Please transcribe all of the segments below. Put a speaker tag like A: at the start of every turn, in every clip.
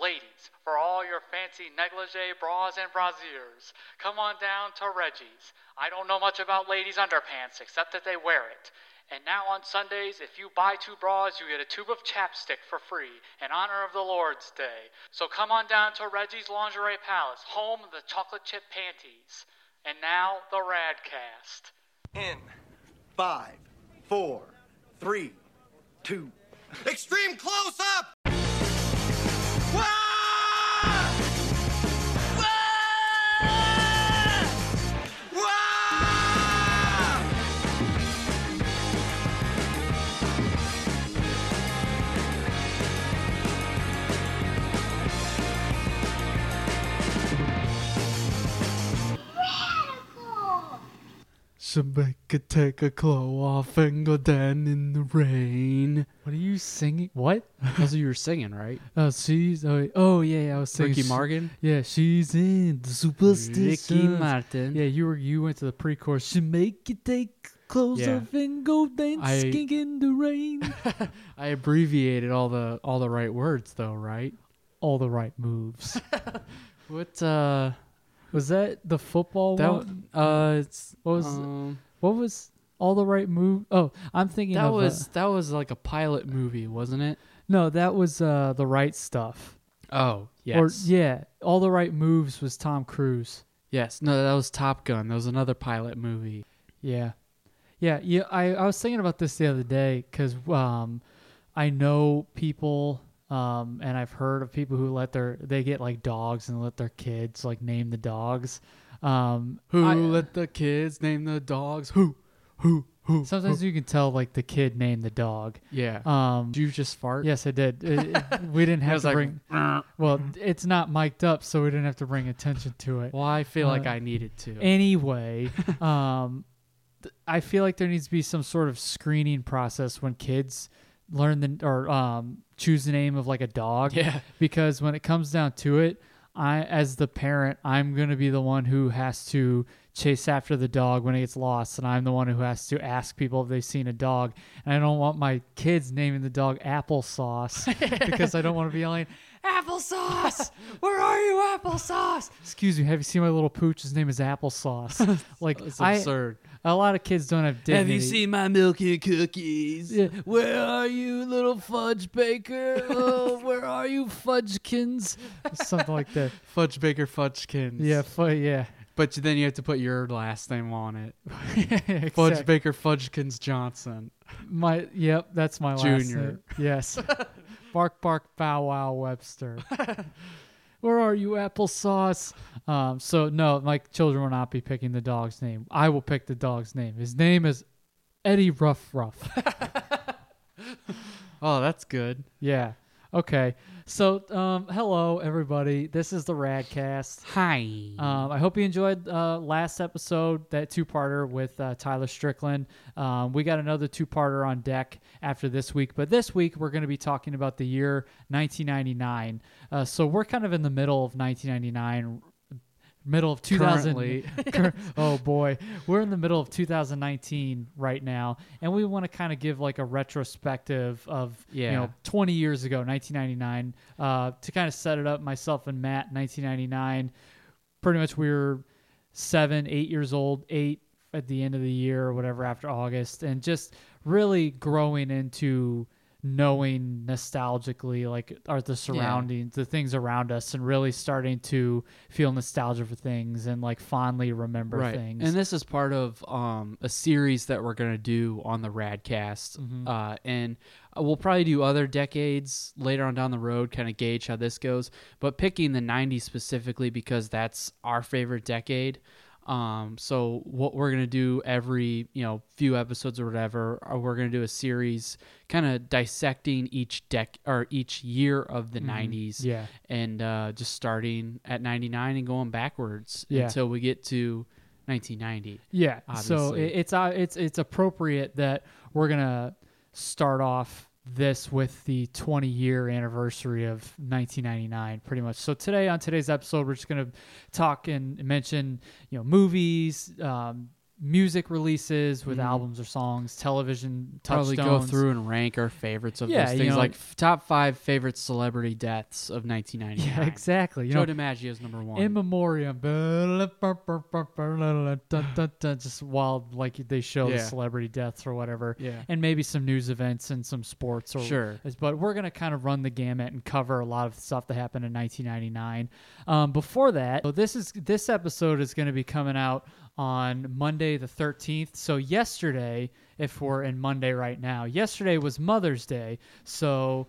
A: Ladies, for all your fancy negligee bras and brasiers, come on down to Reggie's. I don't know much about ladies' underpants except that they wear it. And now on Sundays, if you buy two bras, you get a tube of chapstick for free in honor of the Lord's Day. So come on down to Reggie's Lingerie Palace, home of the chocolate chip panties. And now, the Radcast.
B: In
C: five, four, three, two.
B: extreme close up. Wah! Wah! Wah!
A: Somebody could take a clo off and go down in the rain.
D: What are you singing? What? Those are you were singing, right?
A: Oh, she's. Oh, wait. oh yeah, yeah, I was singing.
D: Ricky
A: she-
D: Morgan?
A: Yeah, she's in the
D: Ricky
A: superstition.
D: Martin.
A: Yeah, you were. You went to the pre-chorus. She make you take clothes
D: Yeah.
A: off and go dancing in the rain.
D: I abbreviated all the all the right words though, right?
A: All the right moves.
D: What uh
A: Was that the football
D: that
A: one?
D: w- uh it's
A: What was
D: um,
A: what was all the right move? Oh, I'm thinking
D: that
A: of, uh,
D: was that was like a pilot movie, wasn't it?
A: no, that was uh, the right stuff.
D: Oh,
A: Or yeah, all the right moves was Tom Cruise.
D: yes. No, that was Top Gun. That was another pilot movie.
A: Yeah, yeah, yeah. I, I was thinking about this the other day because um, I know people um, and I've heard of people who let their they get like dogs and let their kids like name the dogs. Um,
D: Who
A: I-
D: let the kids name the dogs? Who? Who? Who?
A: sometimes you can tell like the kid named the dog.
D: Yeah.
A: Um,
D: Did you just fart?
A: Yes, I did. It- it- we didn't have
D: was
A: to
D: like,
A: bring. Well, it's not mic'd up, so we didn't have to bring attention to it.
D: Well, I feel like
A: Uh,
D: I needed to.
A: Anyway, um, th- I feel like there needs to be some sort of screening process when kids learn the or um, choose the name of like a dog.
D: Yeah.
A: Because when it comes down to it, I as the parent, I'm gonna be the one who has to chase after the dog when it gets lost, and I'm the one who has to ask people if they've seen a dog. And I don't want my kids naming the dog applesauce because I don't want to be yelling applesauce. Where are you, applesauce? Excuse me. Have you seen my little pooch? His name is applesauce. Like
D: It's
A: I-
D: absurd.
A: a lot of kids don't have dignity.
D: my milk and cookies? Where are you, little fudge baker? Oh, where are you, fudgekins?
A: something like that?
D: Fudge baker fudgekins.
A: Yeah, fu- yeah.
D: but then you have to put your last name on it. Fudge
A: Exact-
D: baker fudgekins Johnson.
A: My yep, that's my last
D: Junior.
A: name. Yes. bark bark bow wow Webster. Where are you, applesauce? Um, so no, my children will not be picking the dog's name. I will pick the dog's name. His name is Eddie Ruff Ruff.
D: Oh, that's good.
A: yeah. Okay. So um, hello everybody. This is the Radcast.
D: Hi.
A: Um, I hope you enjoyed uh, last episode, that two parter with uh, Tyler Strickland. Um, we got another two parter on deck after this week, but this week we're going to be talking about the year 1999. Uh, so we're kind of in the middle of 1999. Middle of 2000.
D: Currently.
A: Cur- oh boy, we're in the middle of 2019 right now, and we want to kind of give like a retrospective of you
D: Yeah.
A: know 20 years ago, 1999, uh, to kind of set it up. Myself and Matt, 1999 pretty much we were seven, eight years old, eight at the end of the year or whatever after August, and just really growing into knowing nostalgically like are the surroundings the things around us and really starting to feel nostalgia for things and like fondly remember
D: right.
A: things
D: And this is part of um, a series that we're going to do on the Radcast.
A: Mm-hmm.
D: Uh, and we'll probably do other decades later on down the road, kind of gauge how this goes. But picking the 90s specifically because that's our favorite decade. Um, so what we're going to do every, you know, few episodes or whatever, uh, we're going to do a series kind of dissecting each deck or each year of the 90s
A: Mm-hmm. yeah.
D: and uh, just starting at 99 and going backwards
A: Yeah.
D: until we get to 1990.
A: Yeah. So
D: Obviously.
A: it, it's uh, it's it's appropriate that we're gonna start off this with the 20 year anniversary of 1999 pretty much so today on today's episode we're just going to talk and mention you know movies um, music releases with albums or songs, television
D: Mm. Probably
A: touchstones.
D: go through and rank our favorites of
A: Yeah,
D: those
A: you
D: things,
A: know-
D: like f- top five favorite celebrity deaths of 1999.
A: Yeah, exactly. You
D: Joe
A: know,
D: DiMaggio is number one.
A: in memoriam, just wild like they show the
D: Yeah.
A: celebrity deaths or whatever,
D: Yeah.
A: and maybe some news events and some sports or
D: Sure.
A: But we're gonna kind of run the gamut and cover a lot of stuff that happened in 1999. Um, before that, so this is this episode is gonna be coming out on Monday the 13th. So yesterday, if we're in Monday right now, yesterday was Mother's Day. So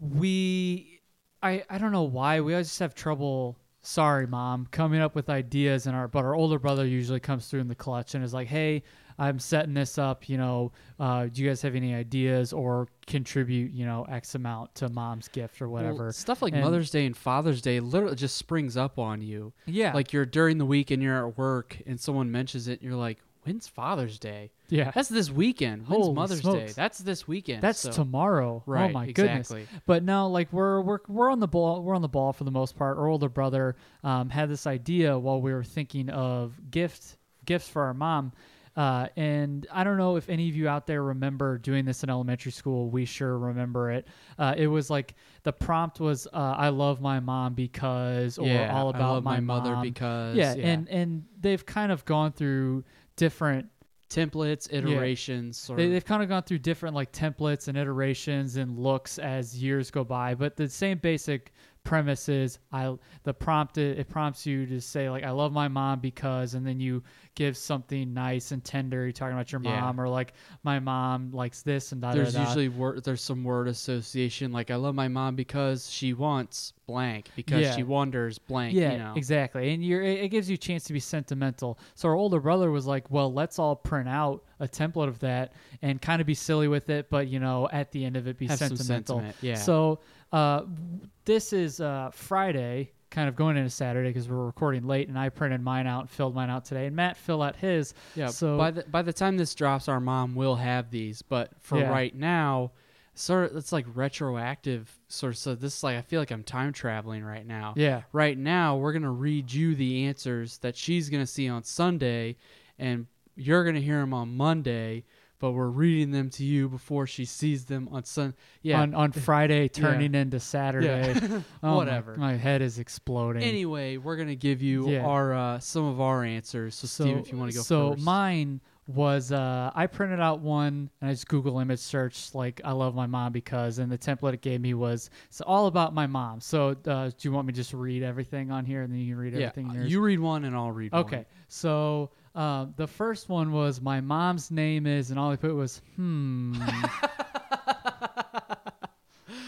A: we I, I don't know why we always just have trouble sorry mom coming up with ideas and our but our older brother usually comes through in the clutch and is like hey i'm setting this up you know uh, do you guys have any ideas or contribute you know x amount to mom's gift or
D: Well,
A: whatever
D: stuff like
A: And-
D: Mother's Day and Father's Day literally just springs up on you.
A: Yeah.
D: Like you're during the week and you're at work and someone mentions it and you're like, when's Father's Day?
A: Yeah.
D: That's this weekend. When's
A: Holy
D: Mother's Day?
A: smokes.
D: That's this weekend.
A: That's
D: So-
A: tomorrow. Oh
D: Right,
A: my
D: exactly.
A: goodness. But no, like we're we're we're on the ball. We're on the ball for the most part. Our older brother um, had this idea while we were thinking of gift gifts for our mom. Uh, and I don't know if any of you out there remember doing this in elementary school. We sure remember it. Uh, it was like the prompt was uh, "I love my mom because" or
D: Yeah,
A: "All
D: I
A: about
D: love oh, my mother
A: mom."
D: because,
A: Yeah,
D: yeah.
A: and and they've kind of gone through different
D: templates, iterations, sort
A: they,
D: of.
A: they've kind of gone through different like templates and iterations and looks as years go by but the same basic premise is i the prompt it, it prompts you to say like i love my mom because and then you give something nice and tender you're talking about your
D: Yeah.
A: mom or like my mom likes this and that
D: there's usually word, there's some word association like I love my mom because she wants blank because
A: Yeah.
D: she wonders blank.
A: yeah
D: you know.
A: exactly and you're it, it gives you a chance to be sentimental so our older brother was like well let's all print out a template of that and kind of be silly with it but you know at the end of it be
D: Have some
A: sentimental
D: sentiment, yeah.
A: so uh, w- this is uh, friday kind of going into saturday because we're recording late and i printed mine out and filled mine out today and matt filled out his
D: Yeah.
A: so
D: by the by the time this drops, our mom will have these. But for
A: Yeah.
D: right now, sort of, it's like retroactive. Sort of. So this is like I feel like I'm time traveling right now.
A: Yeah.
D: Right now, we're gonna read you the answers that she's gonna see on Sunday, and you're gonna hear them on Monday. But we're reading them to you before she sees them on Sun. Yeah.
A: on, on friday turning into saturday Oh, my-
D: Whatever.
A: my, head is exploding
D: anyway, we're gonna give you
A: Yeah.
D: our uh, some of our answers. So, Steve, if you want to go
A: so
D: first.
A: mine was uh, I printed out one and I just Google image searched like I love my mom because and the template it gave me was it's all about my mom. So uh, do you want me to just read everything on here and then you can read
D: yeah,
A: everything
D: uh,
A: yours?
D: you read one and I'll read one.
A: Okay, so uh, the first one was my mom's name is, and all I put was hmm.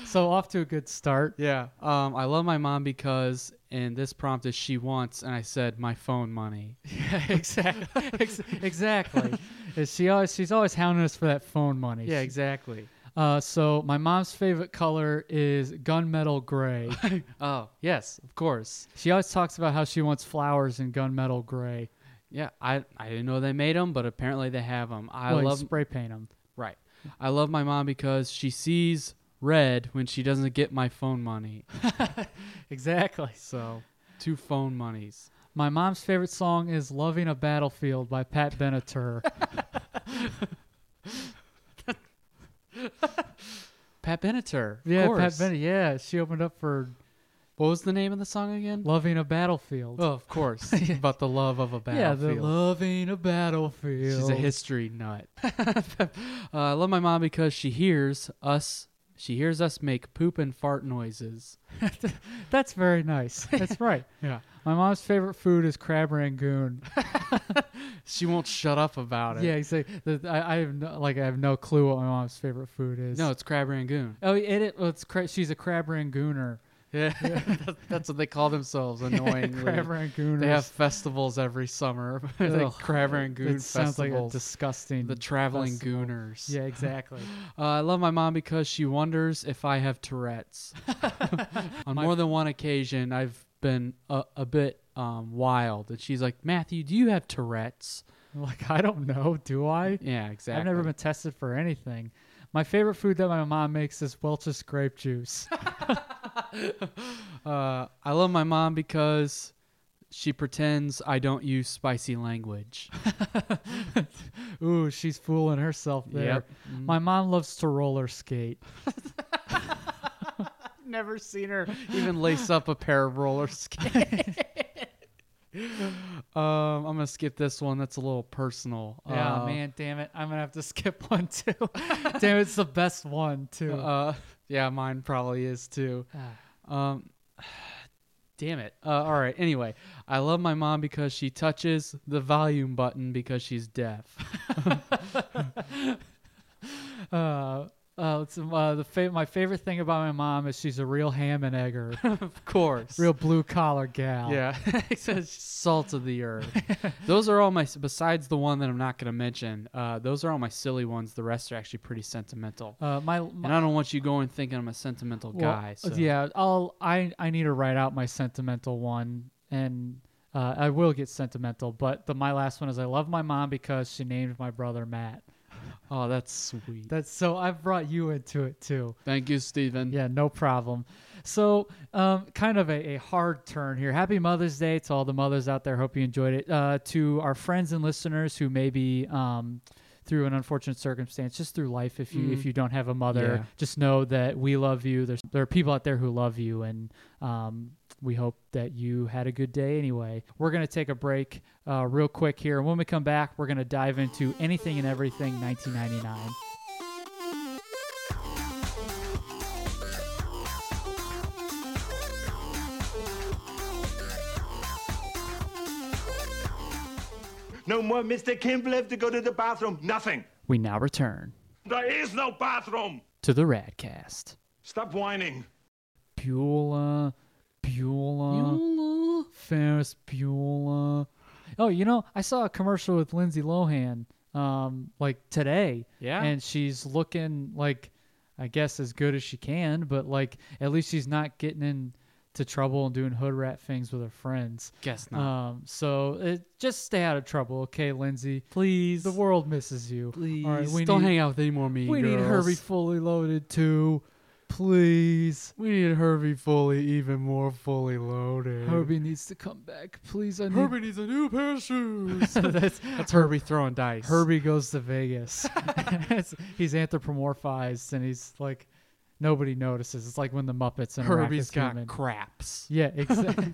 A: so off to a good start.
D: Yeah. Um, I love my mom because, and this prompt is she wants, and I said my phone money.
A: exactly. exactly. Is she always she's always hounding us for that phone money. She-
D: exactly.
A: Uh, so my mom's favorite color is gunmetal gray.
D: Oh, yes, of course.
A: she always talks about how she wants flowers in gunmetal gray.
D: Yeah, I, I didn't know they made them, but apparently they have them. I
A: Well, you
D: love
A: spray paint them.
D: right. I love my mom because she sees red when she doesn't get my phone money.
A: Exactly.
D: So two phone monies.
A: My mom's favorite song is "Loving a Battlefield" by Pat Benatar.
D: Pat Benatar. of
A: yeah, Pat
D: course.
A: Benatar. Yeah, she opened up for
D: What was the name of the song again?
A: "Loving a Battlefield."
D: Oh, of course. About the love of a
A: yeah,
D: battlefield.
A: the "Loving a Battlefield."
D: She's a history nut. uh, I love my mom because she hears us. She hears us make poop and fart noises.
A: That's very nice. That's right.
D: Yeah.
A: My mom's favorite food is crab rangoon.
D: She won't shut up about it.
A: yeah, exactly. The- I, I have no, like I have no clue what my mom's favorite food is.
D: No, it's crab rangoon.
A: Oh, it, it well, it's cra- she's a crab rangooner.
D: Yeah. That's what they call themselves. Annoyingly.
A: crab rangooners.
D: They have festivals every summer.
A: Ugh.
D: like crab rangoon
A: It sounds like a
D: festivals.
A: disgusting.
D: the traveling
A: festival.
D: gooners.
A: Yeah, exactly.
D: Uh, I love my mom because she wonders if I have Tourette's. On more than one occasion, I've been a, a bit um, wild, and she's like, "Matthew, do you have Tourette's?"
A: like I don't know. Do I?
D: Yeah, exactly.
A: I've never been tested for anything. My favorite food that my mom makes is Welch's grape juice.
D: Uh, I love my mom because She pretends I don't use spicy language.
A: Ooh, she's fooling herself there.
D: Yep. Mm-hmm.
A: My mom loves to roller skate.
D: Never seen her even lace up a pair of roller skates. um, I'm gonna skip this one. That's a little personal.
A: Yeah,
D: Uh,
A: man, damn it. I'm going to have to skip one too. damn, it's the best one too. Ah.
D: Uh, yeah, mine probably is too. Um, damn it. Uh, all right. Anyway, I love my mom because she touches the volume button because she's deaf.
A: Uh, uh, it's, uh, the fa- my favorite thing about my mom is she's a real ham and egger,
D: of course.
A: real blue collar gal.
D: Yeah. It says salt of the earth. those are all my besides the one that I'm not going to mention. Uh, those are all my silly ones. The rest are actually pretty sentimental.
A: Uh, my,
D: and I don't want you going thinking I'm a sentimental
A: Well, uh,
D: guy. So.
A: Yeah, I'll I I need to write out my sentimental one, and uh, I will get sentimental. But the my last one is I love my mom because she named my brother Matt.
D: Oh, that's sweet.
A: That's so I brought you into it too.
D: Thank you, Stephen.
A: Yeah, no problem. So, um, kind of a, a hard turn here. Happy Mother's Day to all the mothers out there. Hope you enjoyed it. Uh, to our friends and listeners who maybe um, through an unfortunate circumstance, just through life, if you if you don't have a mother,
D: Yeah.
A: just know that we love you. There's there are people out there who love you, and um, we hope that you had a good day. Anyway, we're gonna take a break uh, real quick here, and when we come back, we're gonna dive into anything and everything 1999.
B: No more Mr. Kimble left to go to the bathroom. Nothing.
A: We now return
B: There is no bathroom.
A: to the Radcast.
B: Stop whining.
A: Beulah,
D: Uh,
A: Beulah, Ferris Bueller. Oh, you know, I saw a commercial with Lindsay Lohan um, like today.
D: Yeah.
A: And she's looking like, I guess, as good as she can, but like at least she's not getting into trouble and doing hood rat things with her friends.
D: Guess not.
A: Um, so it, just stay out of trouble, okay, Lindsay? Please. The world misses you.
D: Please
A: All right, we
D: don't
A: need-
D: hang out with any more mean
A: We
D: girls.
A: need Herbie fully loaded too. Please.
D: We need Herbie fully, even more fully loaded.
A: Herbie needs to come back. Please, I need
D: Herbie needs a new pair of shoes.
A: that's,
D: That's Herbie throwing dice.
A: Herbie goes to Vegas. It's- he's anthropomorphized and he's like nobody notices. It's like when the Muppets and
D: Herbie's got
A: human.
D: craps.
A: yeah, exactly.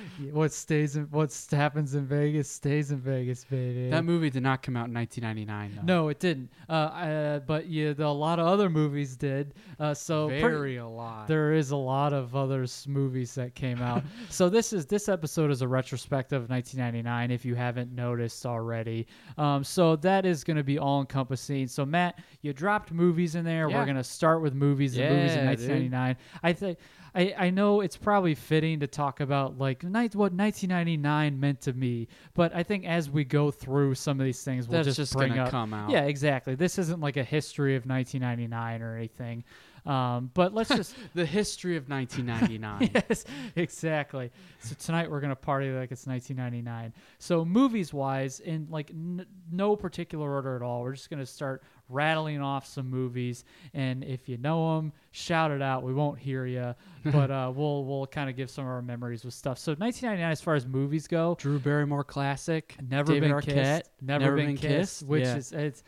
A: what stays in what happens in Vegas stays in Vegas, baby.
D: That movie did not come out in 1999, though.
A: no, it didn't. Uh, uh, but yeah, the, a lot of other movies did. Uh, so pretty-
D: very a lot.
A: there is a lot of other s- movies that came out. so this is this episode is a retrospective of 1999. If you haven't noticed already, um, so that is going to be all encompassing. So Matt, you dropped movies in there.
D: Yeah.
A: We're going to start with movies and movies in
D: Yeah, dude.
A: 1999. I think I I know it's probably fitting to talk about like night what 1999 meant to me, but I think as we go through some of these things, we'll
D: That's
A: just,
D: just
A: bring
D: gonna
A: up.
D: come out.
A: Yeah, exactly. This isn't like a history of 1999 or anything. Um, but let's just
D: the history of 1999.
A: yes, exactly. So tonight we're gonna party like it's 1999. So movies wise, in like n- no particular order at all, we're just gonna start rattling off some movies, and if you know them, shout it out. We won't hear you, but uh, we'll we'll kind of give some of our memories with stuff. So 1999, as far as movies go,
D: Drew Barrymore classic.
A: never
D: David
A: been
D: Arquette.
A: kissed, never, been, kissed, which
D: Yeah.
A: is it's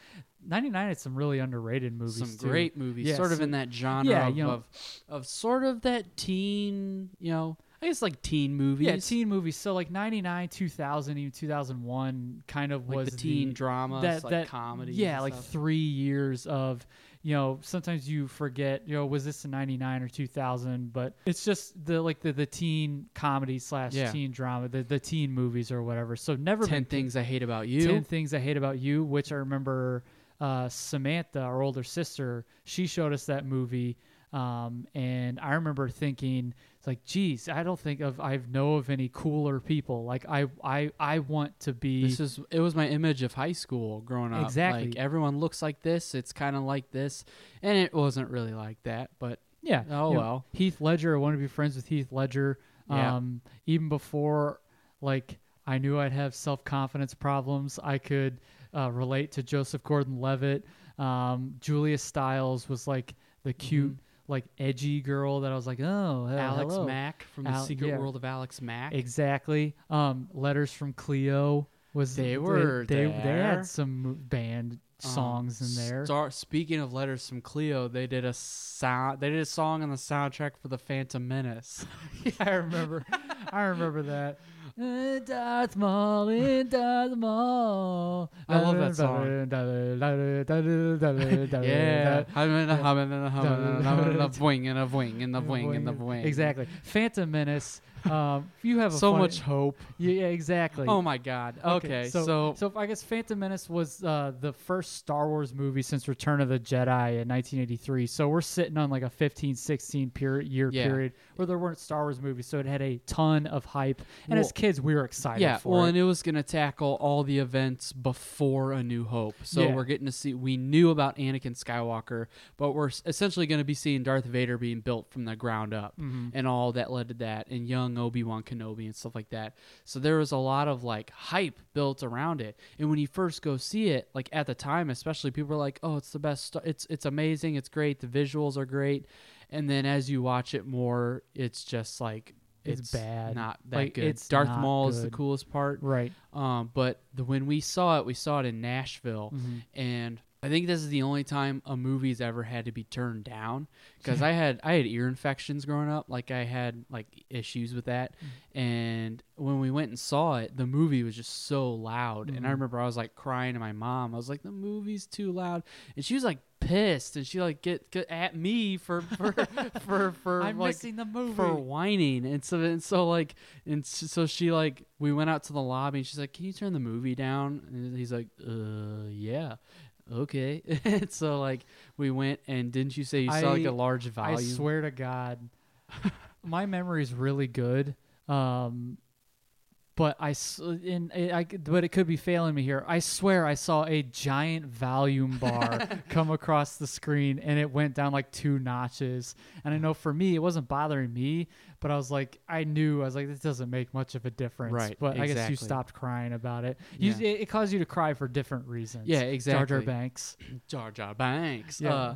A: 99. It's some really underrated movies.
D: some
A: too.
D: great movies,
A: Yeah,
D: sort of
A: so-
D: in that genre
A: yeah,
D: of,
A: you know-
D: of of sort of that teen, you know, I guess like teen movies.
A: Yeah, teen movies. So like '99, 2000, even 2001, kind of
D: Like
A: was
D: the teen dramas, like comedies
A: Yeah,
D: and
A: like
D: stuff.
A: three years of, you know, sometimes you forget, you know, was this in '99 or 2000? But it's just the like the the teen comedy slash
D: Yeah.
A: teen drama, the the teen movies or whatever. So never
D: Ten
A: been
D: Things I Hate About You.
A: 10 Things I Hate About You, which I remember uh, Samantha, our older sister, she showed us that movie. Um, and I remember thinking, it's like, geez, I don't think of I know of any cooler people. Like I I I want to be
D: This is it was my image of high school growing up.
A: Exactly.
D: Like everyone looks like this. It's kind of like this, and it wasn't really like that. But
A: Yeah.
D: Oh,
A: you know,
D: well.
A: Heath Ledger. I wanted to be friends with Heath Ledger.
D: Yeah.
A: Um, even before, like, I knew I'd have self confidence problems. I could uh,
D: Mm-hmm.
A: relate to Joseph Gordon Levitt. Um, Julia Stiles was like the cute, like edgy girl that I was like, oh, he-
D: Alex
A: hello.
D: Mack from the
A: Al-
D: Secret
A: yeah.
D: World of Alex Mack.
A: Exactly. Um, letters from Cleo was
D: They were
A: they, they
D: there.
A: had some band
D: Um,
A: songs in there.
D: star- speaking of letters from Cleo, they did a sound. They did a song on the soundtrack for the Phantom Menace.
A: yeah, I remember. I remember that. Uh, Darth Maul, uh, Darth Maul.
D: I love that song. yeah, I'm in a hum and a hum and a hum and a boing and a boing and a boing and a boing.
A: Exactly. Phantom Menace. Um, you have a
D: So
A: funny-
D: much hope.
A: Yeah, yeah, exactly.
D: Oh my God. Okay, so,
A: so I guess Phantom Menace was uh, the first Star Wars movie since Return of the Jedi in 1983. So we're sitting on like a 15, 16 peri- year
D: Yeah.
A: period where there weren't Star Wars movies, so it had a ton of hype. And
D: Well-
A: as kids, we were excited.
D: yeah,
A: for
D: well,
A: it.
D: and it was gonna tackle all the events before A New Hope. So
A: Yeah.
D: we're getting to see. We knew about Anakin Skywalker, but we're s- essentially gonna be seeing Darth Vader being built from the ground up,
A: Mm-hmm.
D: and all that led to that, and young Obi Wan Kenobi and stuff like that. So there was a lot of like hype built around it, and when you first go see it, like at the time, especially people were like, "Oh, it's the best. st- It's it's amazing. It's great. The visuals are great." And then as you watch it more, it's just like.
A: It's bad.
D: Not that
A: Like,
D: good.
A: it's
D: Darth
A: not
D: Maul is the
A: good.
D: coolest part.
A: Right.
D: Um, but the, when we saw it, we saw it in Nashville, and I think this is the only time a movie's ever had to be turned down because I had I had ear infections growing up, like I had like issues with that, and when we went and saw it, the movie was just so loud, and I remember I was like crying to my mom. I was like, "The movie's too loud," and she was like pissed, and she like get, get at me for for for for
A: I'm
D: like,
A: missing the movie.
D: for whining and so and so like and s- so she like we went out to the lobby and she's like can you turn the movie down and he's like uh yeah okay and so like we went and didn't you say you saw like
A: I-
D: a large volume
A: I swear to God, my memory's really good. Um, but I, s- in, I, I- but it could be failing me here. I swear I saw a giant volume bar come across the screen and it went down like two notches. And I know for me, it wasn't bothering me, but I was like, I knew, I was like, this doesn't make much of a difference.
D: Right,
A: But I guess
D: exactly.
A: you stopped crying about it. You,
D: Yeah.
A: it, it caused you to cry for different reasons.
D: Yeah,
A: Jar
D: exactly.
A: Jar Banks.
D: Jar Jar Banks
A: Yeah.
D: uh,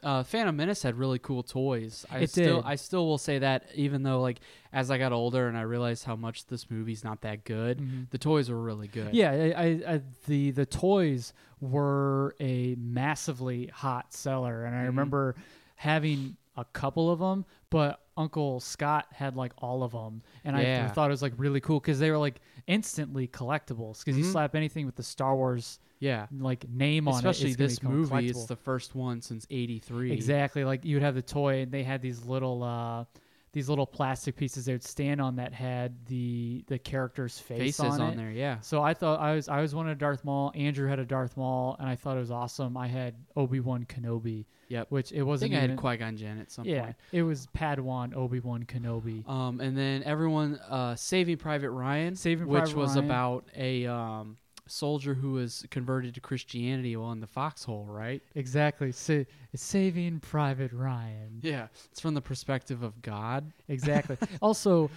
D: uh, Phantom Menace had really cool toys. I
A: It
D: still,
A: did.
D: I still will say that, even though like as I got older and I realized how much this movie's not that good, the toys were really good.
A: Mm-hmm. Yeah, I, I, I, the the toys were a massively hot seller,
D: Mm-hmm.
A: and I remember having a couple of them, but Uncle Scott had like all of them, and
D: Yeah.
A: I thought it was like really cool because they were like instantly collectibles because you
D: Mm-hmm.
A: slap anything with the Star Wars
D: yeah.
A: like name on it,
D: Especially
A: it's gonna
D: this
A: become
D: movie, it's
A: collectible.
D: the first one since '83.
A: Exactly. Like you would have the toy, and they had these little, uh, these little plastic pieces they would stand on that had the the character's face
D: faces
A: on,
D: on,
A: it.
D: there. Yeah.
A: So I thought I was I was one of Darth Maul. Andrew had a Darth Maul, and I thought it was awesome. I had Obi Wan Kenobi.
D: Yep.
A: Which it
D: I think
A: wasn't.
D: I had
A: even-
D: Qui Gon Jinn at some
A: Yeah,
D: point.
A: it was Padawan Obi Wan Kenobi.
D: Um, and then everyone uh, saving Private Ryan,
A: Saving
D: which
A: Private
D: was
A: Ryan.
D: about a um, soldier who was converted to Christianity while in the foxhole, right?
A: Exactly. Sa- Saving Private Ryan.
D: Yeah, it's from the perspective of God.
A: Exactly. also,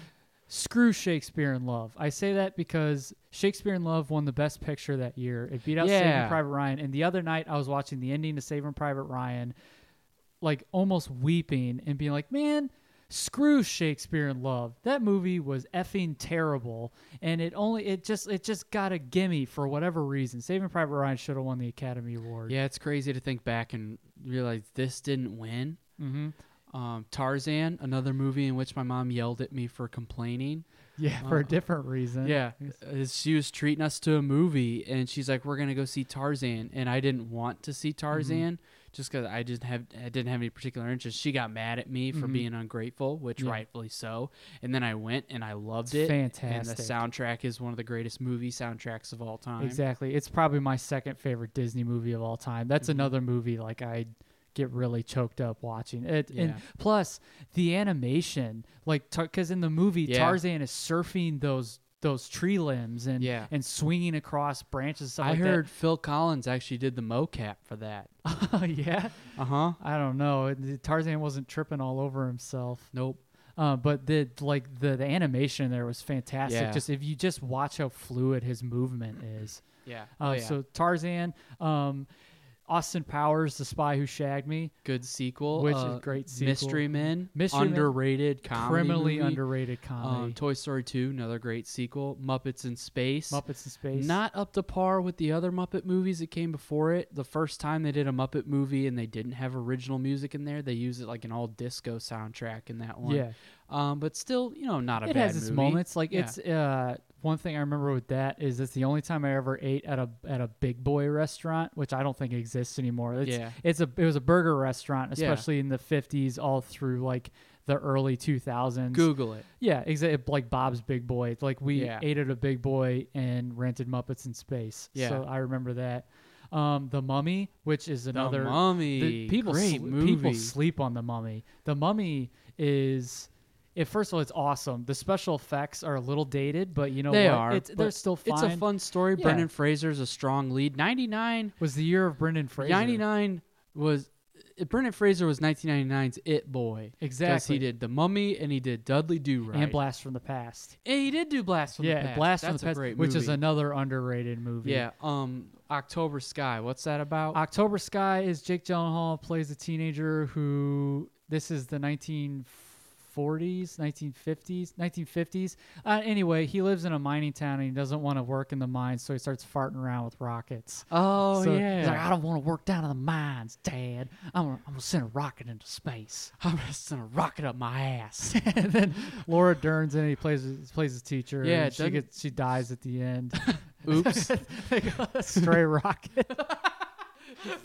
A: screw Shakespeare in Love. I say that because Shakespeare in Love won the Best Picture that year. It beat out
D: Yeah.
A: Saving Private Ryan. And the other night, I was watching the ending to Saving Private Ryan, like almost weeping and being like, man. Screw Shakespeare in Love. That movie was effing terrible, and it only it just it just got a gimme for whatever reason. Saving Private Ryan should have won the Academy Award.
D: Yeah, it's crazy to think back and realize this didn't win. Mm-hmm. Um, Tarzan, another movie in which my mom yelled at me for complaining.
A: yeah, for a different reason.
D: Yeah, uh, she was treating us to a movie, and she's like, "We're gonna go see Tarzan," and I didn't want to see Tarzan just 'cause just because I didn't have I didn't have any particular interest. She got mad at me for being ungrateful, which rightfully so. And then I went and I loved
A: It's
D: it. And the
A: fantastic.
D: soundtrack is one of the greatest movie soundtracks of all time.
A: Exactly. It's probably my second favorite Disney movie of all time. That's
D: Mm-hmm.
A: another movie like I get really choked up watching it.
D: Yeah.
A: And plus the animation, like because in the movie
D: Yeah.
A: Tarzan is surfing those those tree limbs and
D: Yeah.
A: and swinging across branches. and Stuff
D: I
A: like
D: heard Phil Collins actually did the mocap for that.
A: That. yeah.
D: Uh huh.
A: I don't know. It- Tarzan wasn't tripping all over himself.
D: Nope.
A: Uh, but the like the, the animation there was fantastic.
D: Yeah.
A: Just if you just watch how fluid his movement is.
D: Oh, Yeah.
A: Uh,
D: Oh, yeah.
A: So Tarzan. Um, Austin Powers, The Spy Who Shagged Me,
D: Good sequel.
A: Which is
D: uh,
A: great sequel.
D: Mystery Men.
A: Mystery Men,
D: underrated comedy.
A: criminally
D: movie.
A: underrated
D: Um,
A: comedy.
D: Toy Story 2, another great sequel. Muppets in Space.
A: Muppets in Space.
D: Not up to par with the other Muppet movies that came before it. The first time they did a Muppet movie and they didn't have original music in there, they used it like an all disco soundtrack in that one.
A: Yeah.
D: Um, but still, you know, not a
A: it
D: bad
A: has its
D: movie.
A: moments. Like
D: Yeah.
A: it's uh, one thing I remember with that is it's the only time I ever ate at a at a big boy restaurant, which I don't think exists anymore. It's,
D: Yeah.
A: it's a it was a burger restaurant,
D: Yeah.
A: especially in the fifties, all through like the early two thousands.
D: Google it.
A: Yeah, exactly. Like Bob's Big Boy. It's like we
D: Yeah.
A: ate at a Big Boy and rented Muppets in Space.
D: Yeah.
A: so I remember that. Um, the Mummy, which is another
D: Mummy,
A: the- people
D: great
A: sl-
D: movie.
A: people sleep on the Mummy. The Mummy is. It, first of all, it's awesome. The special effects are a little dated, but you know
D: They
A: what?
D: are.
A: It's, they're
D: but
A: still fine.
D: It's a fun story.
A: Yeah.
D: Brendan Fraser's a strong lead. 99
A: Was the year of Brendan Fraser.
D: 99 was uh, Brendan Fraser was 1999's It Boy. 'Cause
A: Exactly.
D: he did The Mummy and he did Dudley Do Right.
A: and Blast from the Past.
D: And he did do Blast from
A: yeah,
D: the Past.
A: Blast
D: That's
A: from the Past,
D: a great
A: which is
D: movie.
A: another underrated movie.
D: yeah. Um, October Sky. What's that about?
A: October Sky is Jake Gyllenhaal plays a teenager who this is the 1940s, 1950s, 1950s. Uh, anyway, he lives in a mining town and he doesn't want to work in the mines, so he starts farting around with rockets.
D: oh
A: So
D: yeah.
A: He's like, I don't want to work down in the mines, Dad. I'm gonna, I'm gonna send a rocket into space.
D: I'm just gonna rock it up my ass.
A: and then Laura Dern's in. it. He plays his- plays his teacher.
D: Yeah,
A: and she
D: doesn't-
A: gets she dies at the end.
D: Oops.
A: Stray rocket.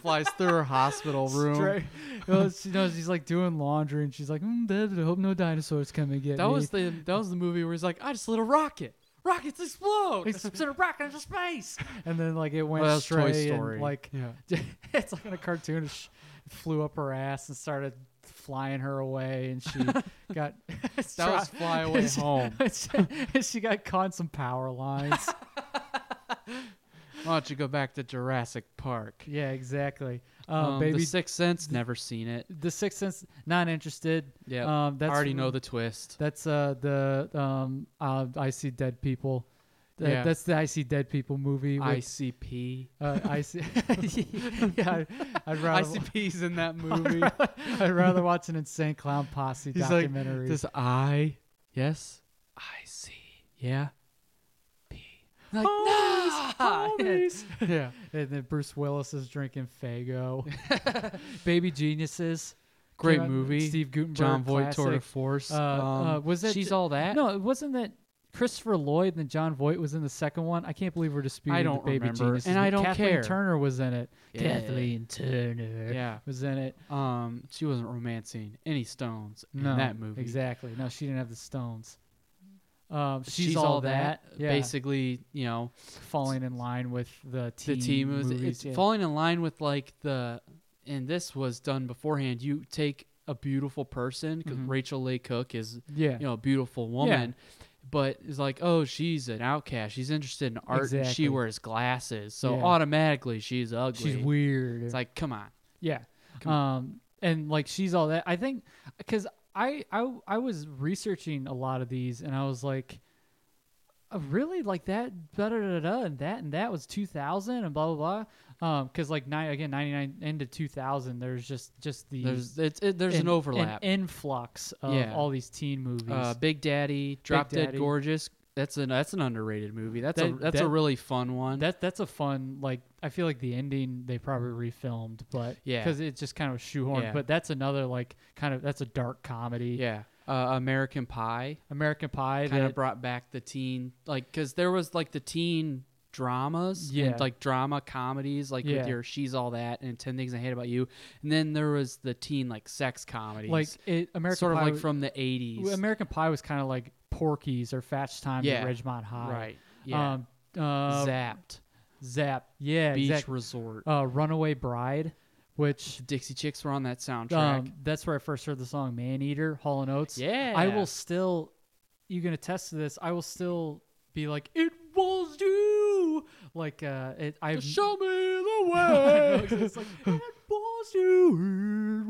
D: Flies through her hospital room.
A: Stray- well, she knows she's like doing laundry, and she's like, mm, da- da- "Hope no dinosaurs come and get
D: That
A: me."
D: was the that was the movie where he's like, I just lit a rocket. Rockets explode.
A: He's sent a rocket into space, and then like it went
D: Well, that's Toy
A: stray
D: Story.
A: and like
D: Yeah.
A: it's like in a cartoon. It sh- flew up her ass and started flying her away, and she got that
D: That was Fly Away Home.
A: she, she got caught in some power lines.
D: Why don't you go back to Jurassic Park?
A: yeah, exactly. Uh,
D: Um,
A: baby,
D: The Sixth Sense. Never seen it.
A: the sixth sense. Not interested.
D: Yeah.
A: um, that's
D: I already know the twist.
A: That's uh the um uh, I see dead people. Th-
D: Yeah.
A: That's the I see dead people movie. With,
D: ICP.
A: uh, I see. yeah, I- I'd rather
D: ICP's in that movie.
A: I'd rather watch an insane clown posse documentary.
D: this I. Yes. I see. Yeah. P. Like,
A: Oh. Homies,
D: no. Yeah.
A: and then Bruce Willis is drinking Fago. Baby Geniuses.
D: Great
A: Came out-
D: movie.
A: Steve Gutenberg.
D: John Voight tour de
A: classic.
D: force. Um,
A: Uh, uh, was that
D: she's
A: J-
D: all that?
A: No, it wasn't that. Christopher Lloyd and then John Voight was in the second one. I can't believe we're disputing.
D: I don't
A: the baby
D: remember,
A: Geniuses.
D: and I don't
A: Kathleen
D: care.
A: Turner was in it.
D: Yeah.
A: Kathleen Turner.
D: Yeah.
A: was in it.
D: Um, she wasn't romancing any stones in
A: No,
D: that movie.
A: exactly. No, she didn't have the Stones. Um,
D: She's,
A: she's, all, that. Yeah.
D: Basically, you know,
A: falling in line with the
D: the
A: team.
D: team was
A: movies,
D: it's
A: yeah.
D: falling in line with like the, and this was done beforehand. You take a beautiful person because Rachel Leigh Cook is
A: Mm-hmm. Yeah.
D: you know a beautiful woman. But it's like, oh, she's an outcast. She's interested in art, and she
A: Exactly.
D: wears glasses, so
A: Yeah.
D: automatically she's ugly.
A: she's weird.
D: It's like, come on,
A: Yeah. Um, and like she's all that. I think because I, I I was researching a lot of these, and I was like, "Oh, really like that, da da da da, and that and that was two thousand and blah blah blah. Um, because like nine again ninety nine into two thousand, there's just just the
D: there's it's, it, there's an, overlap.
A: influx of
D: Yeah.
A: all these teen movies.
D: uh, Big Daddy, Drop Dead
A: Daddy.
D: Gorgeous. That's an that's an underrated movie. That's a
A: That-
D: that's a
A: that-
D: really fun one.
A: that that's a fun like I feel like the ending they probably refilmed, but
D: Yeah.
A: because it's just kind of shoehorned.
D: Yeah.
A: But that's another like kind of that's a dark comedy.
D: yeah, uh, American Pie
A: American Pie
D: kind
A: that-
D: of brought back the teen like because there was like the teen dramas and,
A: Yeah.
D: like drama comedies like with
A: Yeah.
D: your she's all that and 10 things i hate about you and then there was the teen like sex comedies
A: like it American
D: sort of
A: Pie
D: like
A: was-
D: from the 80s
A: well, American Pie was kind of like Porky's or Fatch Times
D: Yeah.
A: at Ridgemont High.
D: right Uh, yeah
A: Um, uh, Zap.
D: zapped
A: Yeah.
D: beach
A: exact-
D: resort
A: uh, Runaway Bride, which
D: dixie chicks were on that soundtrack
A: um, that's where I first heard the song Man Eater, Hall and Oates. I
D: Yeah.
A: will still. You can attest to this. I will still be like it was you. Like uh, it. I
D: show me the
A: No,
D: way
A: it's- it's like it was you,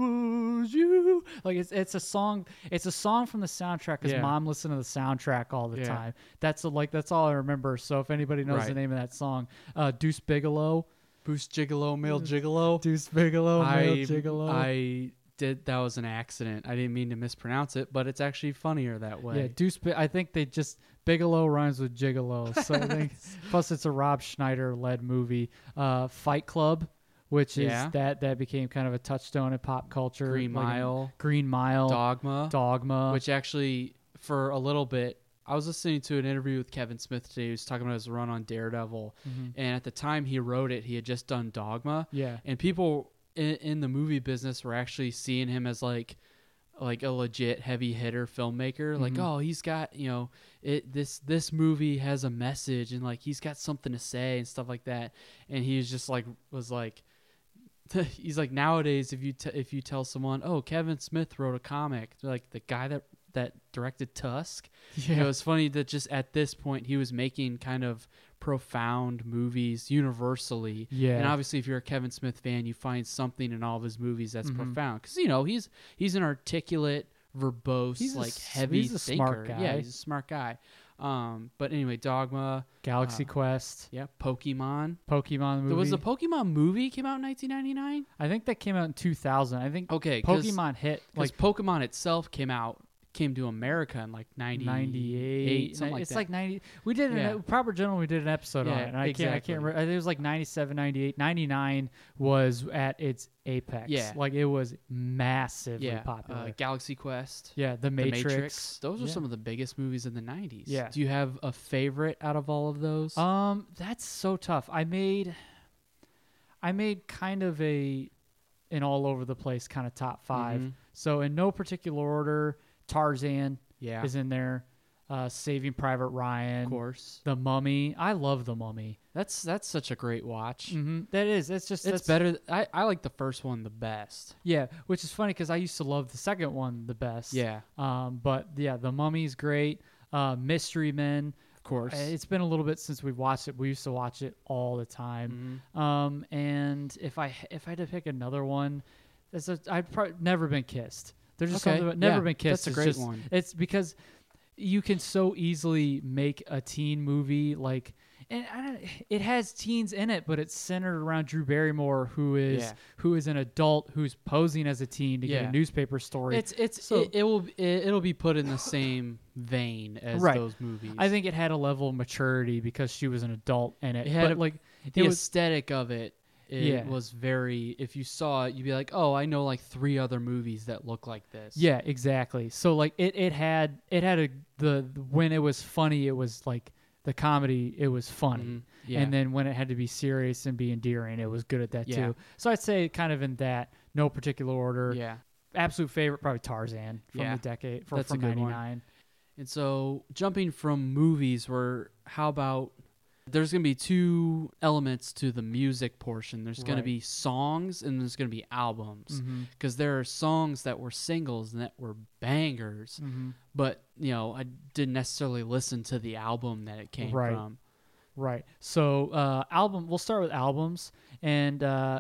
A: it was you. Like it's it's a song. It's a song from the soundtrack because
D: Yeah.
A: mom listened to the soundtrack all the
D: Yeah.
A: time. That's a, like that's all I remember. So if anybody knows the
D: Right.
A: name of that song, uh, Deuce Bigelow.
D: Boost Gigolo, male Gigolo.
A: Mm. Deuce Bigelow, male
D: I,
A: gigolo.
D: I did. That was an accident. I didn't mean to mispronounce it, but it's actually funnier that way.
A: yeah, Deuce. Bi- I think they just Bigelow rhymes with Gigolo, so I think. plus, it's a Rob Schneider led movie, uh, Fight Club, which
D: Yeah.
A: is that that became kind of a touchstone in pop culture.
D: Green
A: like in
D: Mile.
A: Green Mile,
D: Dogma.
A: Dogma,
D: which actually for a little bit I was listening to an interview with Kevin Smith today. He was talking about his run on Daredevil,
A: Mm-hmm.
D: and at the time he wrote it, he had just done Dogma.
A: Yeah.
D: and people in, in the movie business were actually seeing him as like, like a legit heavy hitter filmmaker. Like, oh, he's got you know, it this this movie has a message, and like he's got something to say and stuff like that. And he was just like was like, he's like nowadays if you t- if you tell someone oh Kevin Smith wrote a comic they're like the guy that that directed Tusk
A: Yeah.
D: it was funny that just at this point he was making kind of profound movies universally
A: Yeah.
D: and obviously if you're a Kevin Smith fan you find something in all of his movies that's
A: Mm-hmm.
D: profound because you know he's he's an articulate verbose
A: He's a
D: like
A: s-
D: heavy
A: he's a
D: thinker
A: smart guy.
D: yeah he's a smart guy um but anyway Dogma
A: Galaxy Quest,
D: yeah Pokemon
A: Pokemon movie.
D: uh, there was a Pokemon movie came out in 1999
A: I think that came out in 2000. I think
D: Okay, 'cause-
A: Pokemon hit like
D: like Pokemon itself came out came to America in like 98,
A: 98
D: something like
A: it's
D: that.
A: like 90 we did an, e,
D: Yeah.
A: proper general we did an episode on
D: Yeah,
A: it and i can't i
D: exactly.
A: can't remember I think it was like 97 98 99 was at its apex
D: Yeah.
A: like it was massively
D: yeah,
A: popular
D: uh, Galaxy Quest,
A: yeah the
D: The
A: matrix,
D: Those are
A: Yeah.
D: some of the biggest movies in the 90s.
A: Yeah.
D: Do you have a favorite out of all of those?
A: Um, that's so tough. I made, I made kind of a, an all over the place kind of top 5
D: Mm-hmm.
A: So in no particular order, Tarzan
D: Yeah.
A: is in there. Uh, Saving Private Ryan,
D: of course.
A: The Mummy. I love The Mummy.
D: That's that's such a great watch.
A: Mm-hmm. That is. That's just. that's,
D: It's better. I, I like the first one the best.
A: Yeah, which is funny because I used to love the second one the best.
D: Yeah.
A: Um, but yeah, The Mummy's great. Uh, Mystery Men.
D: Of course.
A: Uh, It's been a little bit since we've watched it. We used to watch it all the time.
D: Mm-hmm.
A: Um, and if I if I had to pick another one, that's a, I'd probably never been kissed. There's just
D: Okay,
A: something about never
D: yeah,
A: been kissed.
D: that's a
A: is
D: great
A: just-
D: one.
A: It's because you can so easily make a teen movie like. And I don't, it has teens in it, but it's centered around Drew Barrymore, who is
D: Yeah.
A: who is an adult who's posing as a teen to get
D: Yeah.
A: a newspaper story.
D: it's it's
A: So-
D: it, it will it, will be put in the same vein as
A: Right.
D: those movies.
A: I think it had a level of maturity because she was an adult in it.
D: It had
A: but
D: a-
A: like
D: the
A: it was
D: aesthetic of it, it
A: Yeah.
D: was very if you saw it you'd be like oh i know like three other movies that look like this
A: Yeah, exactly. So like it, it had it had a the when it was funny, it was like the comedy, it was funny.
D: Mm-hmm. yeah.
A: And then when it had to be serious and be endearing, it was good at that
D: Yeah.
A: too. So I'd say kind of in that no particular order.
D: yeah
A: Absolute favorite probably Tarzan from
D: Yeah.
A: the decade from,
D: That's a
A: from
D: good one.
A: 99.
D: and so jumping from movies where how about there's gonna be two elements to the music portion there's gonna
A: Right. Mm-hmm.
D: be songs and there's gonna be albums because there are songs that were singles and that were bangers
A: Mm-hmm.
D: but you know i didn't necessarily listen to the album that it came
A: Right.
D: from
A: Right. So uh, album. We'll start with albums, and uh,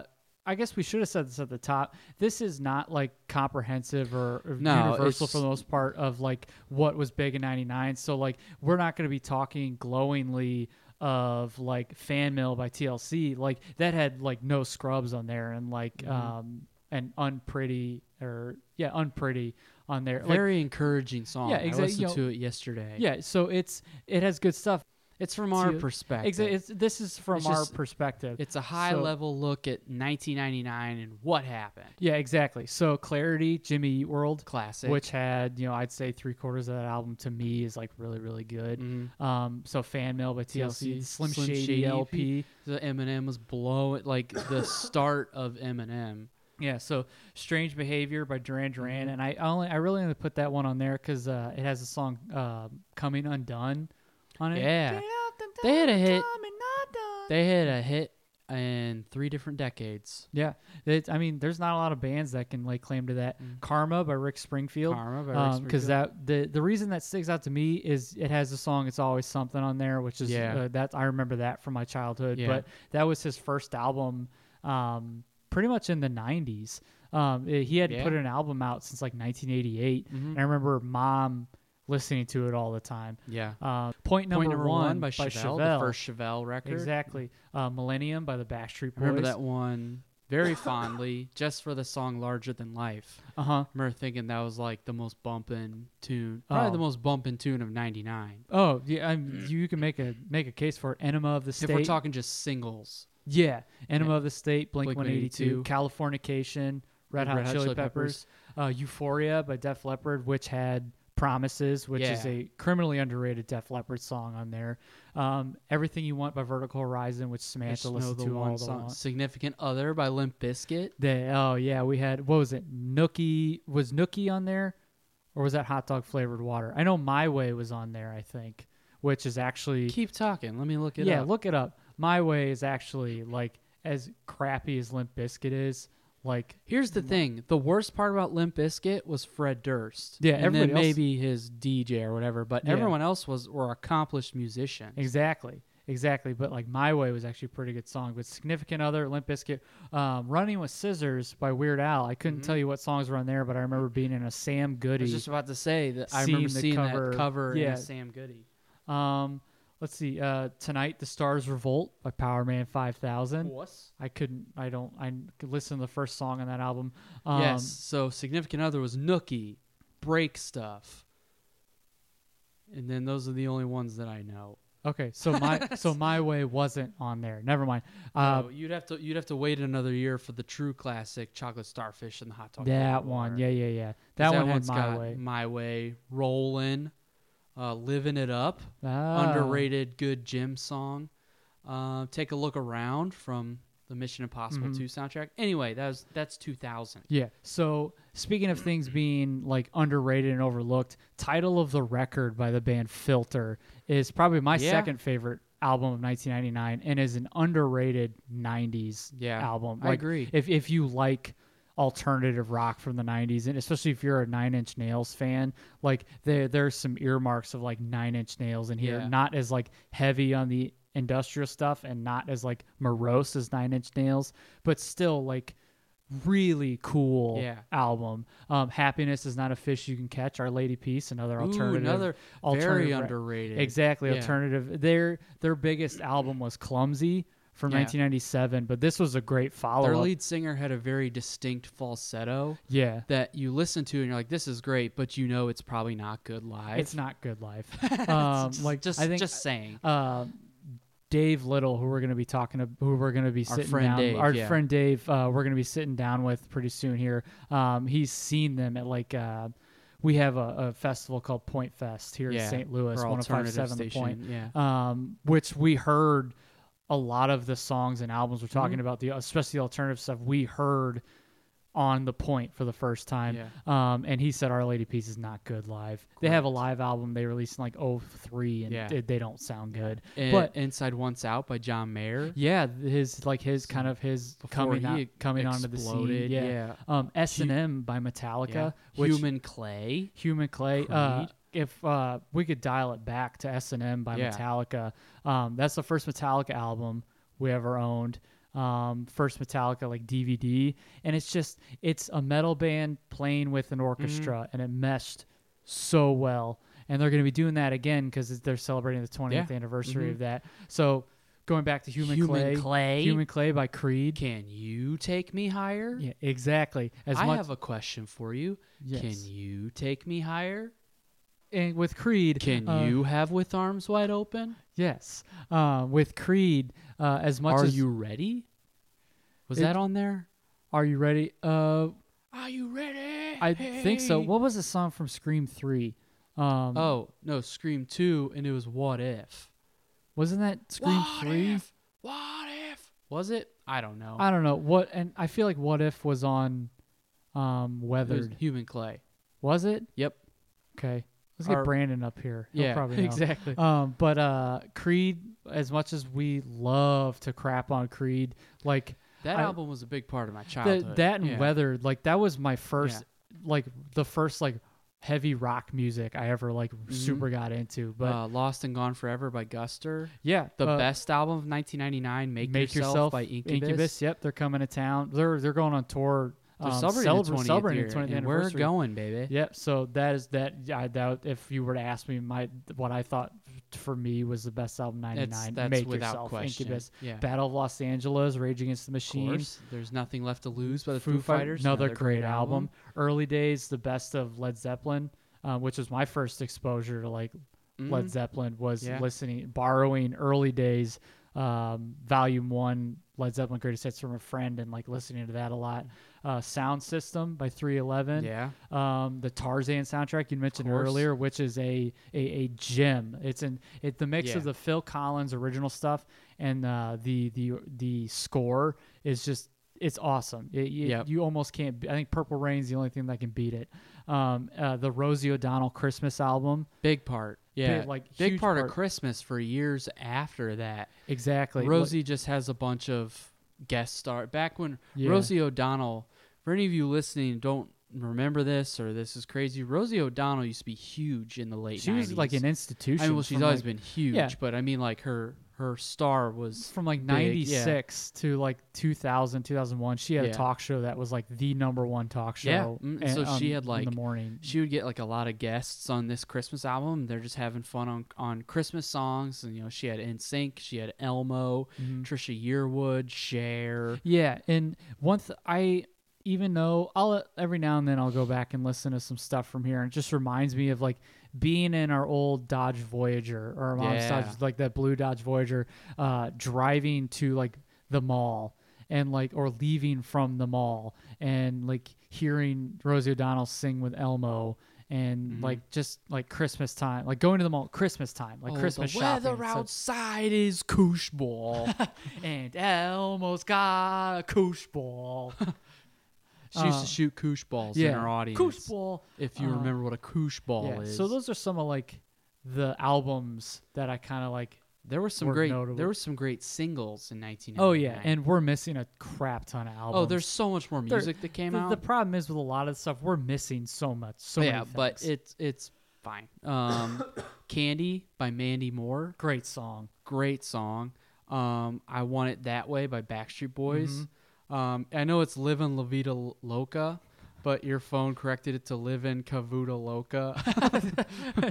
A: I guess we should have said this at the top. This is not like comprehensive or, or
D: No,
A: universal
D: it's-
A: for the most part of like what was big in '99. So like we're not going to be talking glowingly of like fan mail by TLC. Like that had like no scrubs on there and like
D: Mm-hmm.
A: um and unpretty or yeah unpretty on there. Like,
D: very encouraging song
A: Yeah,
D: i
A: exact-
D: listened
A: you know-
D: to it yesterday
A: yeah. So it's it has good stuff.
D: It's from our
A: to-
D: perspective.
A: Exa- it's, this is from
D: It's
A: our
D: just-
A: perspective.
D: It's a high
A: So-
D: level look at 1999 and what happened.
A: Yeah, exactly. So Clarity, Jimmy Eat World,
D: Classic.
A: which had you know I'd say three quarters of that album to me is like really really good. Um, so Fan Mail by TLC, Slim, Shady, E LP.
D: The Eminem was blowing like the start of Eminem.
A: Yeah, so Strange Behavior by Duran Duran, and I only I really only put that one on there because uh, it has a song uh, Coming Undone on it.
D: Yeah.
A: Get out the
D: They had a
A: door,
D: hit.
A: coming undone.
D: They had a hit in three different decades.
A: Yeah, it, I mean, there's not a lot of bands that can lay claim to that. Karma by Rick Springfield.
D: Karma by Rick
A: Because Um, that the the reason that sticks out to me is it has a song "It's Always Something" on there, which is
D: Yeah.
A: uh, that I remember that from my childhood.
D: Yeah.
A: But that was his first album, um, pretty much in the '90s. Um, eh, he had
D: Yeah.
A: Mm-hmm.
D: Mm-hmm.
A: put an album out since like 1988, and I remember mom listening to it all the time.
D: Yeah.
A: Uh, point number,
D: Point number
A: one,
D: one, by, Chevelle, the first Chevelle record.
A: exactly. Uh, Millennium by the Backstreet Boys.
D: I remember that one very fondly, just for the song "Larger Than Life."
A: Uh huh.
D: I remember thinking that was like the most bumping tune, probably
A: Oh.
D: the most bumping tune of '99.
A: Oh yeah, I'm, you can make a make a case for Enema of the State.
D: Mm. If we're talking just singles,
A: yeah, Enema of the State, Blink,
D: Blink
A: 182,
D: 182,
A: Californication, Red Hot, Chili, Peppers, Uh, Euphoria by Def Leppard, which had Promises, which is
D: Yeah.
A: a criminally underrated Def Leppard song on there. Um, Everything You Want by Vertical Horizon, which
D: I
A: Samantha
D: just know
A: listened
D: the
A: to
D: one
A: all the
D: song,
A: long-
D: "Significant Other" by Limp Bizkit.
A: They, oh yeah, we had what was it? Nookie was Nookie on there, or was that hot dog flavored water? I know My Way was on there. I think, which is actually
D: Keep talking. Let me look it
A: yeah,
D: up.
A: look it up. My Way is actually like as crappy as Limp Bizkit is. Like
D: Here's the thing: the worst part about Limp Bizkit was Fred Durst.
A: Yeah,
D: and then
A: everybody else-
D: maybe his DJ or whatever, but
A: Yeah.
D: everyone else was were accomplished musicians.
A: exactly, exactly. But like My Way was actually a pretty good song. But significant other Limp Bizkit, um, Running with Scissors by Weird Al. I couldn't tell you what songs were on there, but I remember being in a Sam
D: I
A: Goody.
D: Mm-hmm. was just about to say that I
A: Seen
D: remember
A: the
D: seeing
A: cover.
D: that cover in
A: Yeah.
D: a Sam Goody.
A: um, let's see. Uh, Tonight, The Stars Revolt by Power Man Five Thousand. I couldn't. I don't. I could listen to the first song on that album. Um,
D: yes. So significant other was Nookie, Break Stuff, and then those are the only ones that I know.
A: Okay. So my so my way wasn't on there. Never mind. Uh,
D: so you'd have to you'd have to wait another year for the true classic, Chocolate Starfish and the Hot Dog.
A: that
D: Flavored
A: one.
D: Water.
A: Yeah. Yeah. Yeah.
D: 'Cause
A: That, one had
D: one's
A: my
D: got
A: way.
D: My way, rolling, uh, living it up.
A: Ah.
D: Underrated good gym song. Uh, take a look around from the Mission Impossible
A: Mm-hmm.
D: Two soundtrack. Anyway, that was that's two thousand.
A: Yeah. So speaking of things being like underrated and overlooked, title of the record by the band Filter is probably my
D: Yeah.
A: second favorite album of 1999 and is an underrated 90s
D: Yeah,
A: album.
D: I agree.
A: If if you like alternative rock from the 90s and especially if you're a 9 Inch Nails fan, like there there's some earmarks of like 9 Inch Nails in here,
D: Yeah.
A: not as like heavy on the industrial stuff and not as like morose as 9 Inch Nails, but still like really cool
D: Yeah.
A: album. Um, Happiness is not a fish you can catch. Our Lady Peace, another alternative,
D: another very
A: ra-
D: underrated.
A: Exactly,
D: Yeah.
A: alternative. Their their biggest album was Clumsy from
D: Yeah.
A: 1997, but this was a great follow
D: Their
A: up.
D: lead singer had a very distinct falsetto
A: yeah,
D: that you listen to and you're like, "This is great," but you know it's probably not good live.
A: it's not good life. Um,
D: Just-
A: like
D: just
A: I think
D: just saying.
A: uh, Dave Little, who we're going to be talking, to, who we're going to be sitting
D: friend
A: down,
D: Dave,
A: our
D: yeah.
A: friend Dave, uh, we're going to be sitting down with pretty soon here. Um, he's seen them at like. Uh, we have a, a festival called Point Fest here in
D: Yeah,
A: St. Louis,
D: our alternative
A: 1057 The Point,
D: station,
A: um, which we heard a lot of the songs and albums we're
D: Mm-hmm.
A: talking about, the especially the alternative stuff we heard on the point for the first time.
D: Yeah.
A: Um, and he said Our Lady Peace is not good live. They have a live album they released in like '03, and
D: Yeah.
A: they- they don't sound good.
D: And
A: But
D: "Inside Once Out" by John Mayer.
A: yeah, his like his kind of his coming
D: he
A: out, coming onto the scene.
D: exploded,
A: Yeah.
D: yeah.
A: Um, S and M by Metallica.
D: Yeah.
A: Which,
D: Human Clay.
A: Human Clay. Uh,
D: Creed.
A: if uh, we could dial it back to S and M by
D: Yeah.
A: Metallica, um, that's the first Metallica album we ever owned. Um, first Metallica like DVD, and it's just it's a metal band playing with an orchestra,
D: Mm.
A: and it meshed so well. And they're going to be doing that again because they're celebrating the 20th
D: Yeah.
A: anniversary of that. So going back to Human,
D: Human
A: Clay,
D: Clay.
A: Human Clay by Creed.
D: Can you take me higher?
A: Yeah, exactly. As
D: I
A: much
D: have a question for you. Can
A: Yes.
D: you take me higher?
A: and with Creed,
D: Can
A: uh,
D: you have with arms wide open?
A: Yes, uh, with Creed, uh, as much
D: Are
A: as
D: you ready? Was
A: It-
D: that on there?
A: are you ready? Uh,
D: Are you ready?
A: I think so. What was the song from Scream Three? Um,
D: Oh no, Scream Two, and it was What If.
A: wasn't that Scream Three?
D: What if? Was it? I don't know.
A: I don't know what, and I feel like What If was on um,
D: it was
A: Weathered.
D: Human Clay.
A: Was it?
D: Yep.
A: Okay, let's get
D: Our-
A: Brandon up here. He'll
D: yeah,
A: probably know.
D: exactly.
A: Um, but uh, Creed, as much as we love to crap on Creed, like
D: That
A: I-
D: album was a big part of my
A: Th-
D: childhood.
A: that and
D: Yeah.
A: weather like that was my first like the first like heavy rock music i ever like
D: Mm-hmm.
A: super got into but
D: uh, Lost and Gone Forever by Guster.
A: yeah
D: The
A: uh,
D: best album of 1999, Make,
A: make yourself,
D: by Incubus.
A: yep they're coming to town they're they're going on tour
D: They're
A: um,
D: celebrating,
A: celebra-
D: the 20th
A: celebrating
D: year,
A: the 20th
D: and we're
A: anniversary.
D: going, baby.
A: Yep. So that is that. I doubt if you were to ask me my what I thought for me was the best album
D: That's-
A: '99.
D: that's
A: Make
D: without
A: yourself,
D: question.
A: Incubus,
D: Yeah.
A: Battle of Los Angeles, Rage Against the
D: Of
A: Machine,
D: course, there's nothing left to lose by the
A: Foo Fight-
D: Fighters.
A: another, great, album. Early days, the best of Led Zeppelin, uh, which was my first exposure to like Led Zeppelin was
D: Yeah.
A: listening, borrowing early days, um, volume one Led Zeppelin greatest hits from a friend, and like listening to that a lot. Uh, Sound System by 311.
D: Yeah.
A: Um, the Tarzan soundtrack you mentioned
D: course.
A: earlier, which is a a, a gem. It's an it the mix
D: Yeah.
A: of the Phil Collins original stuff and uh, the the the score is just it's awesome. It, you,
D: Yep.
A: you almost can't. be- I think Purple Rain's the only thing that can beat it. Um, uh, the Rosie O'Donnell Christmas album,
D: Big part. Yeah.
A: like,
D: big
A: huge
D: part, of
A: part.
D: Christmas for years after that.
A: exactly.
D: Rosie just has a bunch of guest star. Back when
A: Yeah.
D: Rosie O'Donnell, for any of you listening, don't remember this or this is crazy. Rosie O'Donnell used to be huge in the late.
A: She was like
D: 90s.
A: an institution.
D: I mean, well, she's
A: from,
D: always
A: like-
D: been huge,
A: Yeah.
D: but I mean, like her her star was
A: from like
D: big, yeah.
A: 96 to like 2000 2001 she had
D: Yeah.
A: a talk show that was like the number one talk show
D: Yeah, mm,
A: a-
D: so
A: on-
D: she had,
A: in
D: like,
A: the morning
D: She would get like a lot of guests on this Christmas album. They're just having fun on on Christmas songs, and you know, she had NSYNC, she had Elmo,
A: Mm-hmm.
D: Trisha Yearwood, Cher.
A: yeah and once i even though i'll every now and then i'll go back and listen to some stuff from here and it just reminds me of like being in our old dodge voyager or our mom's
D: Yeah.
A: dodge like that blue dodge voyager uh driving to like the mall and like or leaving from the mall and like hearing Rosie O'Donnell sing with Elmo and
D: Mm-hmm.
A: like just like Christmas time, like going to the mall at Christmas time, like
D: Oh,
A: Christmas
D: the
A: shopping.
D: weather
A: It's like,
D: outside is koosh ball.
A: and Elmo's got a koosh ball.
D: she used to shoot koosh balls in her audience.
A: Koosh Uh, ball.
D: If you
A: Uh,
D: remember what a koosh ball
A: yeah.
D: is.
A: So those are some of like the albums that I kind of like.
D: there were some
A: were
D: great
A: notable.
D: there were some great singles in 1999.
A: Oh yeah, and we're missing a crap ton of albums.
D: oh, there's so much more
A: There-
D: music that came
A: the,
D: out.
A: The problem is with a lot of the stuff, we're missing so much. So
D: yeah,
A: many
D: but
A: things.
D: it's it's fine. Um, Candy by Mandy Moore.
A: great song.
D: great song. Um, I Want It That Way by Backstreet Boys.
A: Mm-hmm.
D: Um, I know it's Livin' La Vida L- Loca, but your phone corrected it to Livin' Cavuta Loca.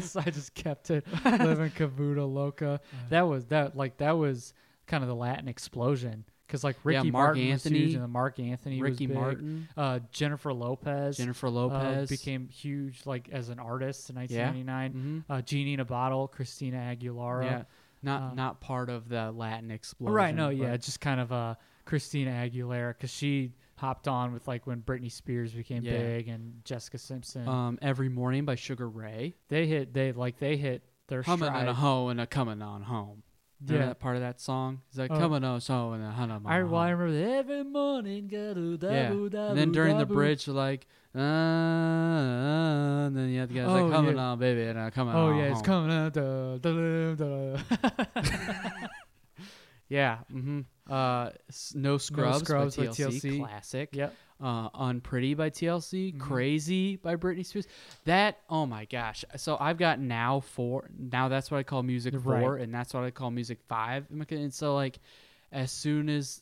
A: so I just kept it living Cavuta Loca. That was that like that was kind of the Latin explosion because like
D: Yeah,
A: Ricky
D: Mark
A: Martin
D: Anthony.
A: was huge and the Mark Anthony, was
D: Ricky
A: big.
D: Martin.
A: uh, Jennifer Lopez,
D: Jennifer
A: uh,
D: Lopez.
A: became huge like as an artist in
D: mm-hmm.
A: 1999. Uh, Genie in a Bottle, Christina Aguilera. Oh,
D: yeah, not not part of the Latin explosion.
A: um, Right, no,
D: but-
A: yeah, just kind of uh, Christina Aguilera because she hopped on with like when Britney Spears became
D: Yeah.
A: big and Jessica Simpson.
D: Um, Every Morning by Sugar Ray.
A: they hit, they like they hit their
D: Humming on
A: stride.
D: a hoe and a coming on home. Remember
A: Yeah.
D: that part of that song? He's like,
A: Oh.
D: coming on so and a hunna
A: I,
D: home.
A: well, I remember that every morning. gadu,
D: Yeah.
A: dabu,
D: and then
A: dabu,
D: during the
A: dabu.
D: bridge, like, uh, uh, and then you have the guy's
A: Oh,
D: like, coming
A: yeah.
D: on, baby, and uh, coming
A: Oh
D: on.
A: yeah, it's
D: home."
A: coming out. Da, da, da, da.
D: Yeah. Mm-hmm. Uh, s- no Scrubs,
A: Scrubs
D: by,
A: by
D: TLC,
A: TLC.
D: Classic.
A: Yep.
D: Uh, Unpretty by TLC.
A: Mm-hmm.
D: Crazy by Britney Spears. That, oh my gosh. So I've got now four. Now that's what I call music
A: Right.
D: four, and that's what I call music five. And like- And so, like, as soon as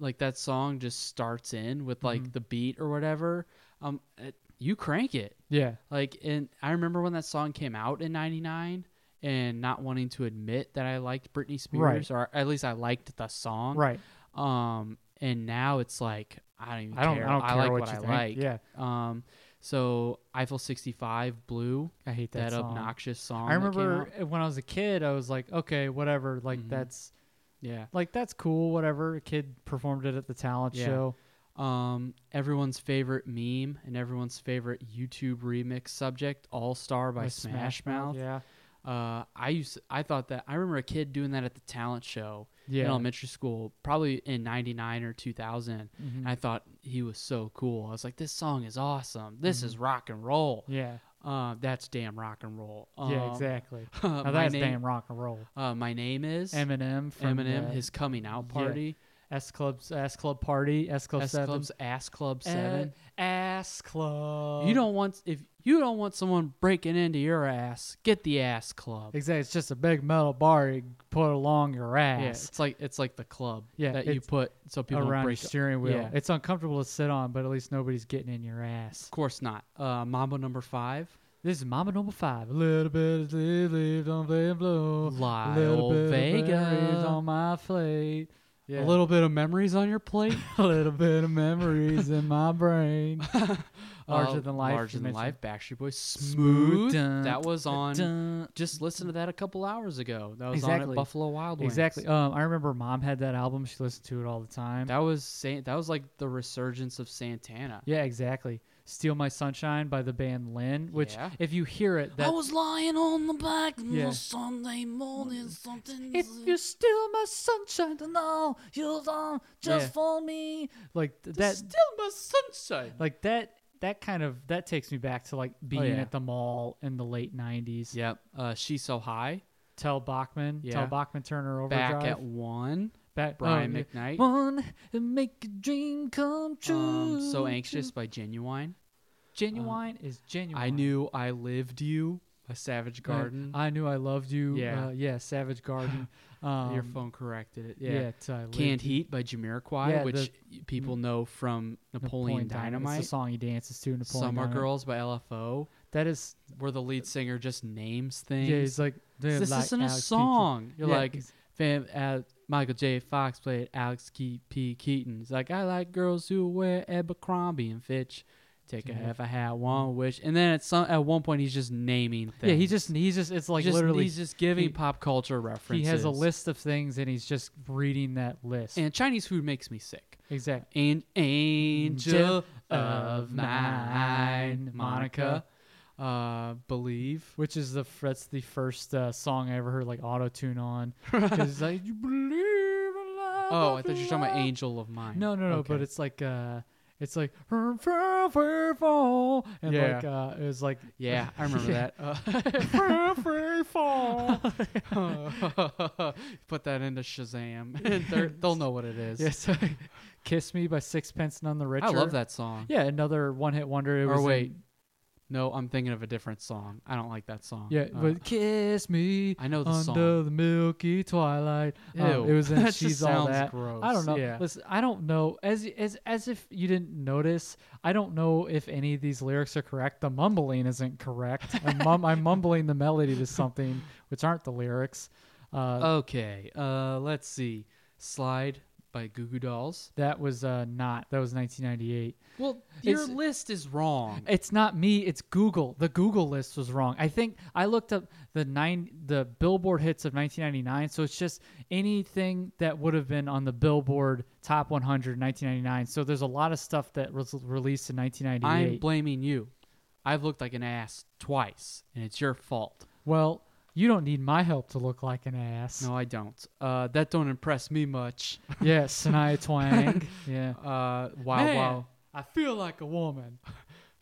D: like that song just starts in with like
A: Mm-hmm.
D: the beat or whatever, um, it, you crank it.
A: yeah.
D: Like, and I remember when that song came out in '99 and not wanting to admit that I liked Britney
A: Right.
D: Spears, or at least I liked the song.
A: Right.
D: Um, and now it's like, I don't even
A: I don't.
D: care.
A: I don't care
D: like
A: what,
D: what,
A: you
D: I
A: think.
D: like.
A: Yeah.
D: Um, so Eiffel 65 Blue,
A: I hate that,
D: that,
A: song.
D: obnoxious song.
A: I
D: that came
A: remember eh,
D: out.
A: when I was a kid, I was like, okay, whatever. Like
D: Mm-hmm.
A: that's
D: Yeah.
A: like that's cool. Whatever. A kid performed it at the talent
D: Yeah.
A: show.
D: Um, everyone's favorite meme and everyone's favorite YouTube remix subject, All Star by
A: with
D: Smash, Mouth.
A: Yeah.
D: Uh, I used I thought that I remember a kid doing that at the talent show
A: Yeah.
D: in elementary school, probably in '99 or 2000.
A: Mm-hmm.
D: And
A: Mm.
D: I thought he was so cool. I was like, "This song is awesome. This is
A: Mm-hmm.
D: rock and roll.
A: Yeah.
D: Uh, that's damn rock and roll."
A: yeah.
D: Um,
A: Exactly.
D: my
A: now that's
D: name-
A: damn rock and roll.
D: Uh, my name is
A: Eminem. From
D: Eminem.
A: the-
D: his coming out
A: yeah.
D: party.
A: S Club's S Club Party, S Club
D: S
A: Seven,
D: Club's Ass Club
A: Eh,
D: Seven.
A: Ass Club.
D: you don't want if you don't want someone breaking into your ass, get the Ass Club.
A: exactly. It's just a big metal bar you put along your
D: Yeah,
A: ass
D: it's like it's like the club
A: Yeah,
D: that you
A: it's
D: put so people don't
A: around your
D: break.
A: steering wheel.
D: Yeah.
A: It's uncomfortable to sit on, but at least nobody's getting in your ass.
D: Of course not. Uh, Mambo number five.
A: This is Mama Number Five. A little bit of leave, leave, don't play and blow.
D: Lyle
A: a little bit
D: Vega.
A: of berries on my plate. Yeah.
D: A little bit of memories on your plate.
A: a little bit of memories in my brain. Larger
D: Uh,
A: than life.
D: Larger
A: you
D: than
A: mentioned.
D: life. Backstreet Boys.
A: Smooth.
D: Smooth.
A: Dun,
D: that was on.
A: dun.
D: Just listen to that a couple hours ago. That was on
A: Exactly.
D: at Buffalo Wild Wings.
A: Exactly. Um, I remember mom had that album. She listened to it all the time.
D: That was San- that was like the resurgence of Santana.
A: yeah, exactly. Steal My Sunshine by the band Lynn, which
D: Yeah.
A: if you hear it, that
D: lying on the back
A: Yeah.
D: Sunday morning. Something.
A: If you steal my sunshine, then all you'll all just
D: Yeah.
A: for me. Like th- that,
D: still my sunshine.
A: like that, that kind of that takes me back to like being
D: Oh, yeah.
A: at the mall in the late '90s.
D: Yep. Uh, She's so high.
A: Tell Bachman, tell
D: Yeah.
A: Bachman Turner
D: Back
A: overdrive.
D: at one.
A: Back- oh,
D: Brian
A: yeah.
D: McKnight.
A: One and make a dream come true.
D: Um, so anxious by Genuine.
A: Genuine is genuine.
D: I knew I lived you. A Savage
A: Right.
D: Garden.
A: I knew I loved you.
D: Yeah.
A: uh, yeah. Savage Garden. Um,
D: Your phone corrected it.
A: Yeah. uh,
D: Yeah.
A: till I lived
D: Canned
A: you.
D: Heat by Jamiroquai,
A: Yeah,
D: which people know from Napoleon, Dynamite.
A: It's the song he dances to. Napoleon
D: Summer
A: Dynamite.
D: Girls by LFO,
A: That is
D: where the lead singer just names things.
A: Yeah, he's like, "Dude,
D: this
A: like
D: isn't
A: Alex
D: a
A: Peaches."
D: song. You're
A: Yeah,
D: like,
A: he's-
D: fam, Al- Michael J. Fox played Alex Ke- P. Keaton. He's like, I like girls who wear Abercrombie and Fitch. Take a half a hat, one wish, and then at some at one point he's just naming things.
A: yeah, he just, he's just, it's like
D: Just-
A: literally,
D: he's just giving
A: he-
D: pop culture references.
A: he has a list of things and he's just reading that list.
D: and Chinese food makes me sick.
A: exactly.
D: An angel of mine, Monica. Uh, believe.
A: Which is the f- that's the first uh, song I ever heard like auto tune on. 'Cause it's like you believe in love.
D: Oh, I thought you were talking about
A: love."
D: angel of mine.
A: No, no, no. But
D: Okay.
A: it's like uh, it's like "From far, far, far," and
D: Yeah.
A: like uh, it was like
D: yeah, I remember that.
A: "Far, far, far."
D: Uh, put that into Shazam. and they're- they'll know what it is.
A: Yeah, it's like, Kiss Me by Sixpence None the Richer.
D: I love that song.
A: Yeah, another one hit wonder. It
D: Or
A: was in-
D: wait, no, I'm thinking of a different song. I don't like that song.
A: yeah,
D: Uh,
A: but Kiss Me
D: I know the
A: under
D: song.
A: the milky twilight. Um,
D: Ew,
A: it was in
D: that just
A: She's All
D: sounds
A: That. I don't
D: gross.
A: know.
D: Yeah.
A: Listen, I don't know. As as as if you didn't notice, I don't know if any of these lyrics are correct. The mumbling isn't correct. I'm, mum- I'm mumbling the melody to something which aren't the lyrics. Uh,
D: okay, uh, let's see. Slide by Goo Goo Dolls.
A: that was uh, not. That was 1998.
D: Well, your
A: It's-
D: list is wrong.
A: It's not me. It's Google. The Google list was wrong. I think I looked up the nine the Billboard hits of 1999. So it's just anything that would have been on the Billboard Top 100 in 1999. So there's a lot of stuff that was released in
D: I'm
A: 1998.
D: blaming you. I've looked like an ass twice, and it's your fault.
A: well, you don't need my help to look like an ass.
D: No, I don't. Uh, that don't impress me much.
A: Yes, Shania Twang. yeah.
D: Uh, wow,
A: Man,
D: wow.
A: I feel like a woman.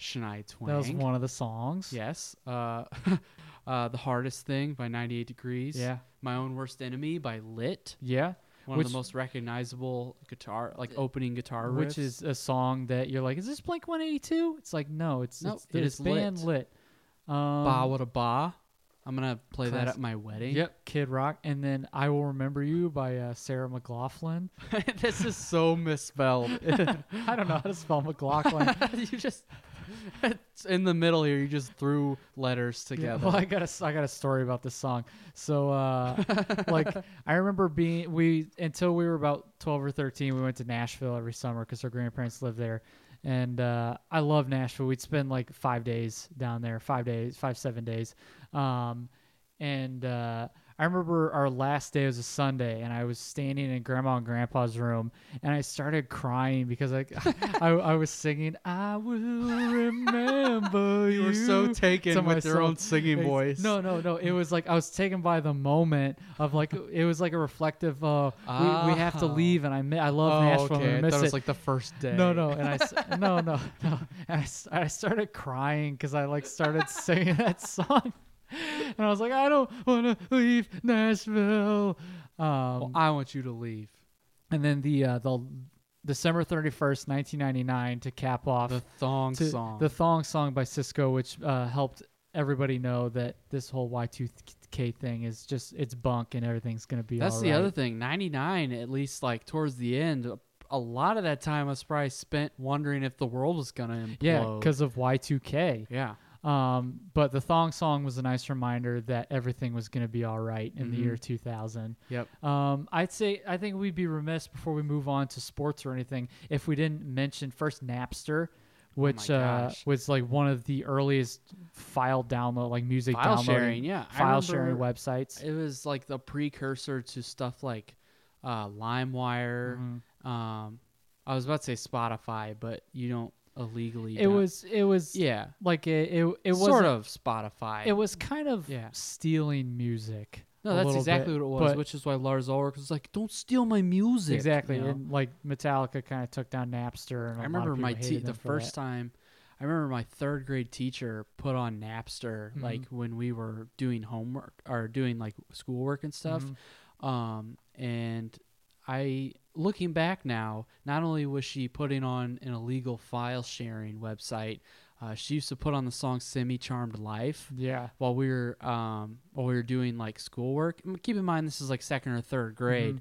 D: Shania Twain.
A: That was one of the songs.
D: Yes. Uh, uh, the hardest thing by 98 Degrees.
A: Yeah.
D: My own worst enemy by Lit.
A: Yeah.
D: One
A: which,
D: of the most recognizable guitar, like opening guitar,
A: which
D: riffs.
A: is a song that you're like, is this Blink 182? It's like, no, it's
D: No,
A: it's,
D: it
A: it's
D: is
A: band lit. Um,
D: Ba What a Ba. I'm gonna play that
A: class-
D: at my wedding.
A: Yep, Kid Rock, and then "I Will Remember You" by uh, Sarah McLaughlin.
D: this is so misspelled.
A: I don't know how to spell McLaughlin.
D: you just it's in the middle here. You just threw letters
A: Yeah,
D: together.
A: well, I got a I got a story about this song. So, uh, like, I remember being we until we were about twelve or thirteen, we went to Nashville every summer because our grandparents lived there, and uh, I love Nashville. We'd spend like five days down there, five days, five seven days, um, and uh, I remember our last day was a Sunday, and I was standing in Grandma and Grandpa's room, and I started crying because like I, I was singing "I Will Remember You."
D: You were so taken
A: to
D: with your
A: myself.
D: own singing
A: Ex-
D: voice.
A: No, no, no. It was like I was taken by the moment of like it was like a reflective. Uh, we, we have to
D: Oh.
A: leave, and I mi- I love
D: oh,
A: Nashville. and
D: okay.
A: I
D: I
A: miss
D: thought it
A: it.
D: was like the first day.
A: No, no, and I s- no, no, no. And I, s- I started crying because I like started singing that song, and I was like, I don't want to leave Nashville. Um,
D: Well, I want you to leave.
A: and then the uh, the December thirty first, nineteen ninety nine, to cap off
D: The thong
A: to-
D: song.
A: the thong song by Cisco, which uh, helped everybody know that this whole Y two K thing is just it's bunk and everything's gonna be.
D: That's
A: all
D: the
A: right.
D: other thing. 99, at least like towards the end, a- a lot of that time was probably spent wondering if the world was going to implode.
A: Yeah, because of Y two K.
D: Yeah.
A: Um, but the thong song was a nice reminder that everything was gonna be all right in the
D: Mm-hmm.
A: year two thousand.
D: Yep.
A: Um, I'd say I think we'd be remiss before we move on to sports or anything if we didn't mention first Napster, which uh,
D: Oh gosh.
A: was like one of the earliest file download, like music
D: File
A: downloading,
D: sharing, yeah. I
A: file sharing
D: remember-
A: websites.
D: It was like the precursor to stuff like uh, LimeWire.
A: Mm-hmm.
D: Um, I was about to say Spotify, but you don't illegally.
A: It
D: down-
A: was it was
D: Yeah.
A: like it it, it was
D: sort of Spotify.
A: it was kind of
D: Yeah.
A: stealing music.
D: no,
A: a
D: that's
A: little
D: exactly
A: bit,
D: what it was,
A: but-
D: which is why Lars Ulrich was like, don't steal my music.
A: exactly
D: you know?
A: and like Metallica kind of took down Napster. And
D: I
A: a lot of
D: remember
A: people
D: my
A: hated
D: te-
A: them
D: the
A: for that.
D: first time. I remember my third grade teacher put on Napster,
A: Mm-hmm.
D: like when we were doing homework or doing like schoolwork and stuff.
A: Mm-hmm.
D: Um, and I, looking back now, not only was she putting on an illegal file sharing website, uh, she used to put on the song "Semi Charmed Life."
A: Yeah.
D: while we were um while we were doing like schoolwork. And Keep in mind this is like second or third
A: Mm-hmm.
D: grade.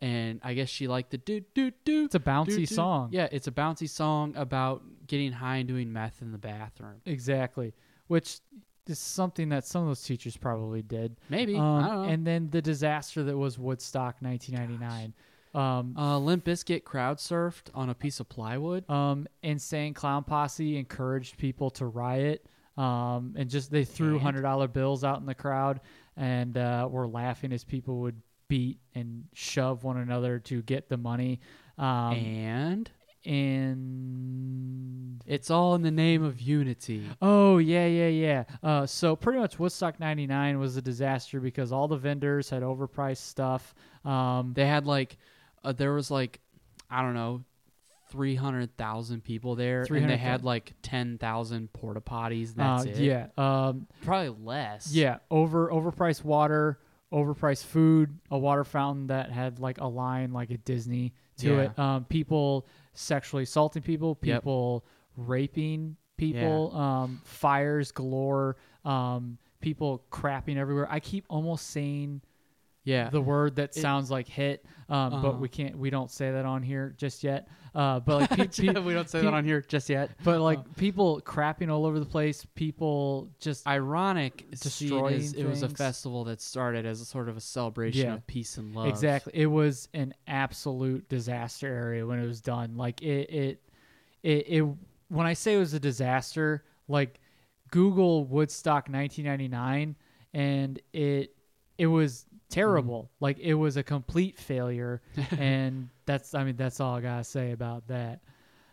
D: And I guess she liked the do do do.
A: It's a bouncy song.
D: Yeah, it's a bouncy song about getting high and doing meth in the bathroom.
A: Exactly, which is something that some of those teachers probably did.
D: Maybe. I
A: Um,
D: don't know.
A: And then the disaster that was Woodstock, 1999. Um,
D: Uh, Limp Bizkit crowd surfed on a piece of plywood.
A: um, insane clown posse encouraged people to riot, um, and just they threw
D: And?
A: hundred dollar bills out in the crowd and uh, were laughing as people would beat and shove one another to get the money. Um,
D: and
A: and
D: it's all in the name of unity.
A: Oh yeah, yeah, yeah. Uh, so pretty much Woodstock '99 was a disaster because all the vendors had overpriced stuff. Um,
D: They had like, uh, there was like, I don't know, three hundred thousand people there, and they
A: 300,000.
D: had like ten thousand porta potties. And that's
A: uh,
D: it.
A: Yeah, um,
D: probably less.
A: yeah. Over overpriced water, overpriced food, a water fountain that had like a line like a Disney to
D: Yeah.
A: it. Um, people sexually assaulting people,
D: Yep.
A: people raping people, um, fires galore, um, people crapping everywhere. I keep almost saying.
D: yeah. Uh-huh.
A: the word that sounds like hit, um, but we can't, we don't say that on here just yet. Uh, but like, pe- pe-
D: we don't say
A: pe-
D: that on Uh-huh. here just yet.
A: But like people crapping all over the place, people just
D: Ironic, seeing
A: Destroying
D: as it was a
A: things.
D: festival that started as a sort of a celebration
A: Yeah.
D: of peace and love.
A: exactly. It was an absolute disaster area when it was done. Like it, it, it, it when I say it was a disaster, like Google Woodstock 1999, and it, it was terrible.
D: Mm-hmm.
A: Like it was a complete failure, and that's, I mean, that's all I gotta say about that.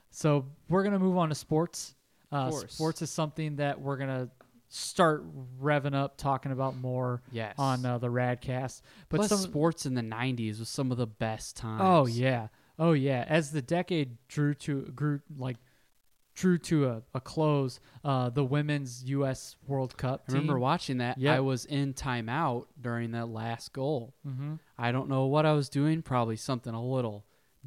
A: So we're gonna move on to sports. Uh,
D: course.
A: sports is something that we're gonna start revving up, talking about more
D: Yes.
A: on uh, the Radcast. But
D: Plus,
A: some
D: sports in the '90s was some of the best times.
A: oh yeah, oh yeah. As the decade drew to grew like drew to a, a close, uh, the women's U.S. World Cup.
D: I remember
A: team-
D: watching that.
A: Yep.
D: I was in timeout during that last goal. Mm-hmm. I don't know what I was doing. Probably something a little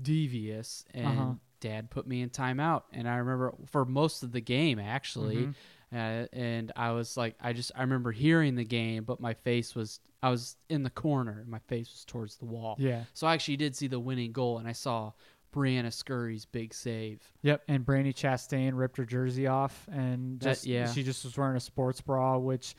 D: devious. And
A: Uh-huh.
D: Dad put me in timeout. And I remember for most of the game actually.
A: Mm-hmm.
D: Uh, and I was like, I just I remember hearing the game, but my face was I was in the corner. My face was towards the wall.
A: Yeah.
D: So I actually did see the winning goal, and I saw Brianna Scurry's big save.
A: Yep, and Brandy Chastain ripped her jersey off, and
D: That-
A: just
D: yeah.
A: she just was wearing a sports bra, which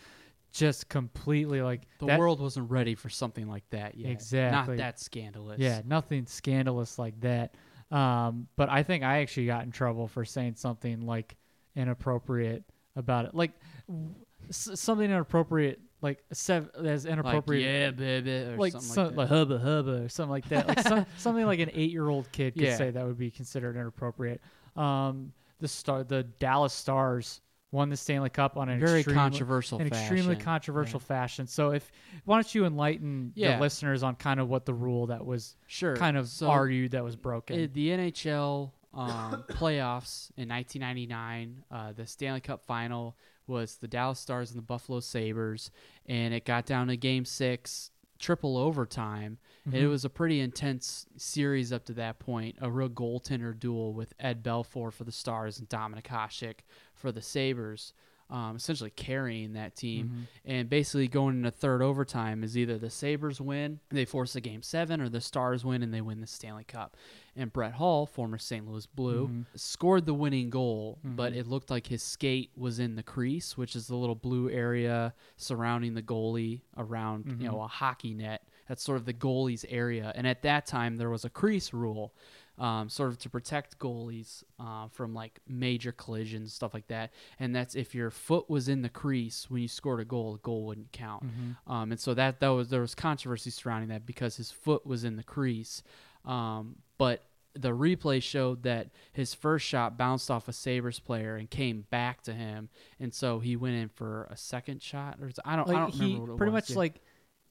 A: just completely like
D: The
A: that-
D: world wasn't ready for something like that yet.
A: Exactly.
D: Not that scandalous.
A: Yeah, nothing scandalous like that. Um, but I think I actually got in trouble for saying something like inappropriate about it, like w- s- something inappropriate, like sev- as
D: Like,
A: inappropriate,
D: yeah, baby, or
A: like,
D: something
A: some-
D: like that.
A: like hubba hubba or something like that, like some, something like an eight-year-old kid could
D: Yeah.
A: say that would be considered inappropriate. Um, the star, the Dallas Stars won the Stanley Cup on an
D: Very
A: extremely-
D: controversial
A: an extremely
D: fashion.
A: controversial fashion. So, if why don't you enlighten
D: Yeah.
A: the listeners on kind of what the rule that was
D: Sure.
A: kind of
D: So-
A: argued that was broken.
D: Uh, the NHL um, playoffs in 1999, uh, the Stanley Cup final was the Dallas Stars and the Buffalo Sabres, and it got down to game six. triple overtime. And it was a pretty intense series up to that point. A real goaltender duel with Ed Belfour for the Stars and Dominic Hasek for the Sabers. Um, essentially carrying that team and basically going into third overtime is either the Sabres win, they force a game seven, or the Stars win and they win the Stanley Cup. And Brett Hall, former St. Louis Blue, scored the winning goal, but it looked like his skate was in the crease, which is the little blue area surrounding the goalie around, you know, a hockey net. That's sort of the goalie's area. And at that time, there was a crease rule, um, sort of to protect goalies uh, from like major collisions, stuff like that. And that's if your foot was in the crease when you scored a goal, the goal wouldn't count.
A: Mm-hmm.
D: Um, and so that that was there was controversy surrounding that because his foot was in the crease. Um, but the replay showed that his first shot bounced off a Sabres player and came back to him, and so he went in for a second shot. Or I don't, I
A: Like
D: don't
A: he
D: remember what it
A: pretty
D: was.
A: much
D: yeah.
A: like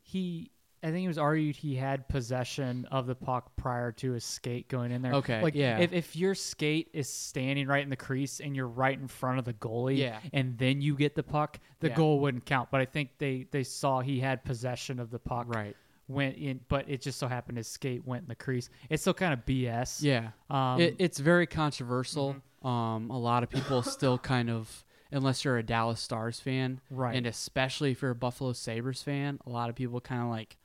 A: he. I think it was argued he had possession of the puck prior to his skate going in there.
D: Okay,
A: like
D: yeah.
A: If, if your skate is standing right in the crease and you're right in front of the goalie,
D: Yeah.
A: and then you get the puck, the
D: Yeah.
A: goal wouldn't count. But I think they they saw he had possession of the puck,
D: Right.
A: Went in, but it just so happened his skate went in the crease. It's still kind of BS.
D: Yeah,
A: Um, Mm-hmm.
D: it, it's very controversial. Um, a lot of people still kind of, unless you're a Dallas Stars fan,
A: Right.
D: and especially if you're a Buffalo Sabres fan, a lot of people kind of like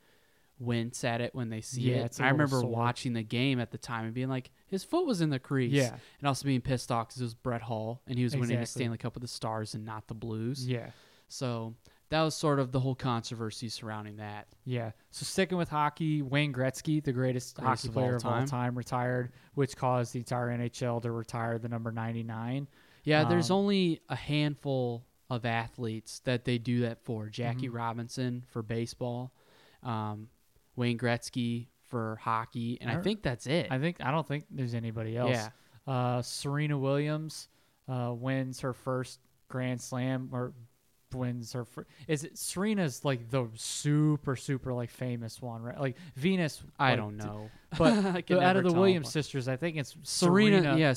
D: wince at it when they see
A: Yeah,
D: it.
A: it's a
D: I
A: little
D: remember
A: sore.
D: watching the game at the time and being like, his foot was in the crease,
A: Yeah.
D: and also being pissed off because it was Brett Hall and he was winning the
A: Exactly.
D: Stanley Cup with the Stars and not the Blues.
A: yeah.
D: So that was sort of the whole controversy surrounding that.
A: Yeah. So sticking with hockey, Wayne Gretzky, the greatest, hockey
D: of all
A: player of all
D: time.
A: time, retired, which caused the entire NHL to retire the number 99.
D: Yeah, there's
A: Um,
D: only a handful of athletes that they do that for. Jackie
A: Mm-hmm.
D: Robinson for baseball, um, Wayne Gretzky for hockey, and I,
A: I-
D: think that's it.
A: Er, I think I don't think there's anybody else.
D: Yeah.
A: Uh, Serena Williams uh, wins her first Grand Slam or wins her fir- is it Serena's like the super super like famous one right like Venus
D: I
A: like,
D: don't
A: d-
D: know. I
A: but
D: can
A: the- out
D: never
A: of the
D: tell
A: Williams
D: apart.
A: sisters I think it's
D: Serena-
A: Serena,
D: yeah, Serena-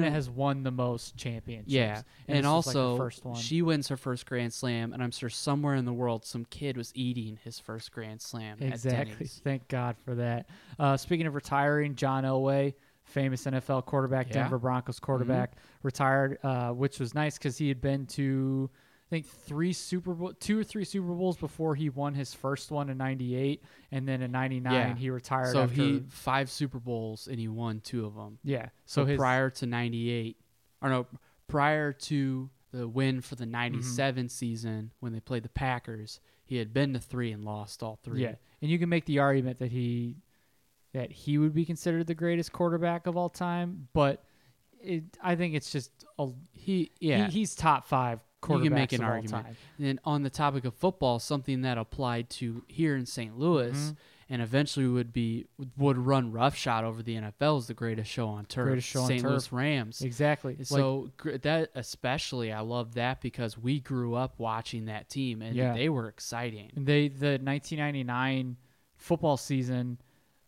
A: Serena has won the most championships
D: Yeah, and,
A: this was, like, her
D: also
A: first one.
D: she wins her first Grand Slam, and I'm sure somewhere in the world some kid was eating his first Grand Slam. At
A: Exactly.
D: Denny's.
A: Thank God for that. Uh, speaking of retiring, John Elway, famous NFL quarterback,
D: Yeah. Mm-hmm.
A: Denver Broncos quarterback, retired, uh, which was nice because he had been to, I think, three Super Bowl, two or three Super Bowls before he won his first one in '98, and then in '99
D: Yeah.
A: he retired.
D: So
A: after,
D: he five Super Bowls and he won two of them.
A: yeah.
D: So,
A: So, his
D: prior to 98, or no, prior to the win for the
A: Mm-hmm.
D: 97 season when they played the Packers, he had been to three and lost all three.
A: yeah, and you can make the argument that he that he would be considered the greatest quarterback of all time, but it, I think it's just a
D: He, yeah.
A: he, he's top five quarterbacks
D: you can make an
A: of all
D: argument.
A: time.
D: And then on the topic of football, something that applied to here in St. Louis
A: Mm-hmm.
D: and eventually would be would run roughshod over the NFL is the greatest show on turf.
A: Greatest Show on
D: St. Louis
A: Turf.
D: Rams.
A: Exactly. Like,
D: So gr that especially, I love that because we grew up watching that team and
A: Yeah.
D: they were exciting.
A: they the 1999 football season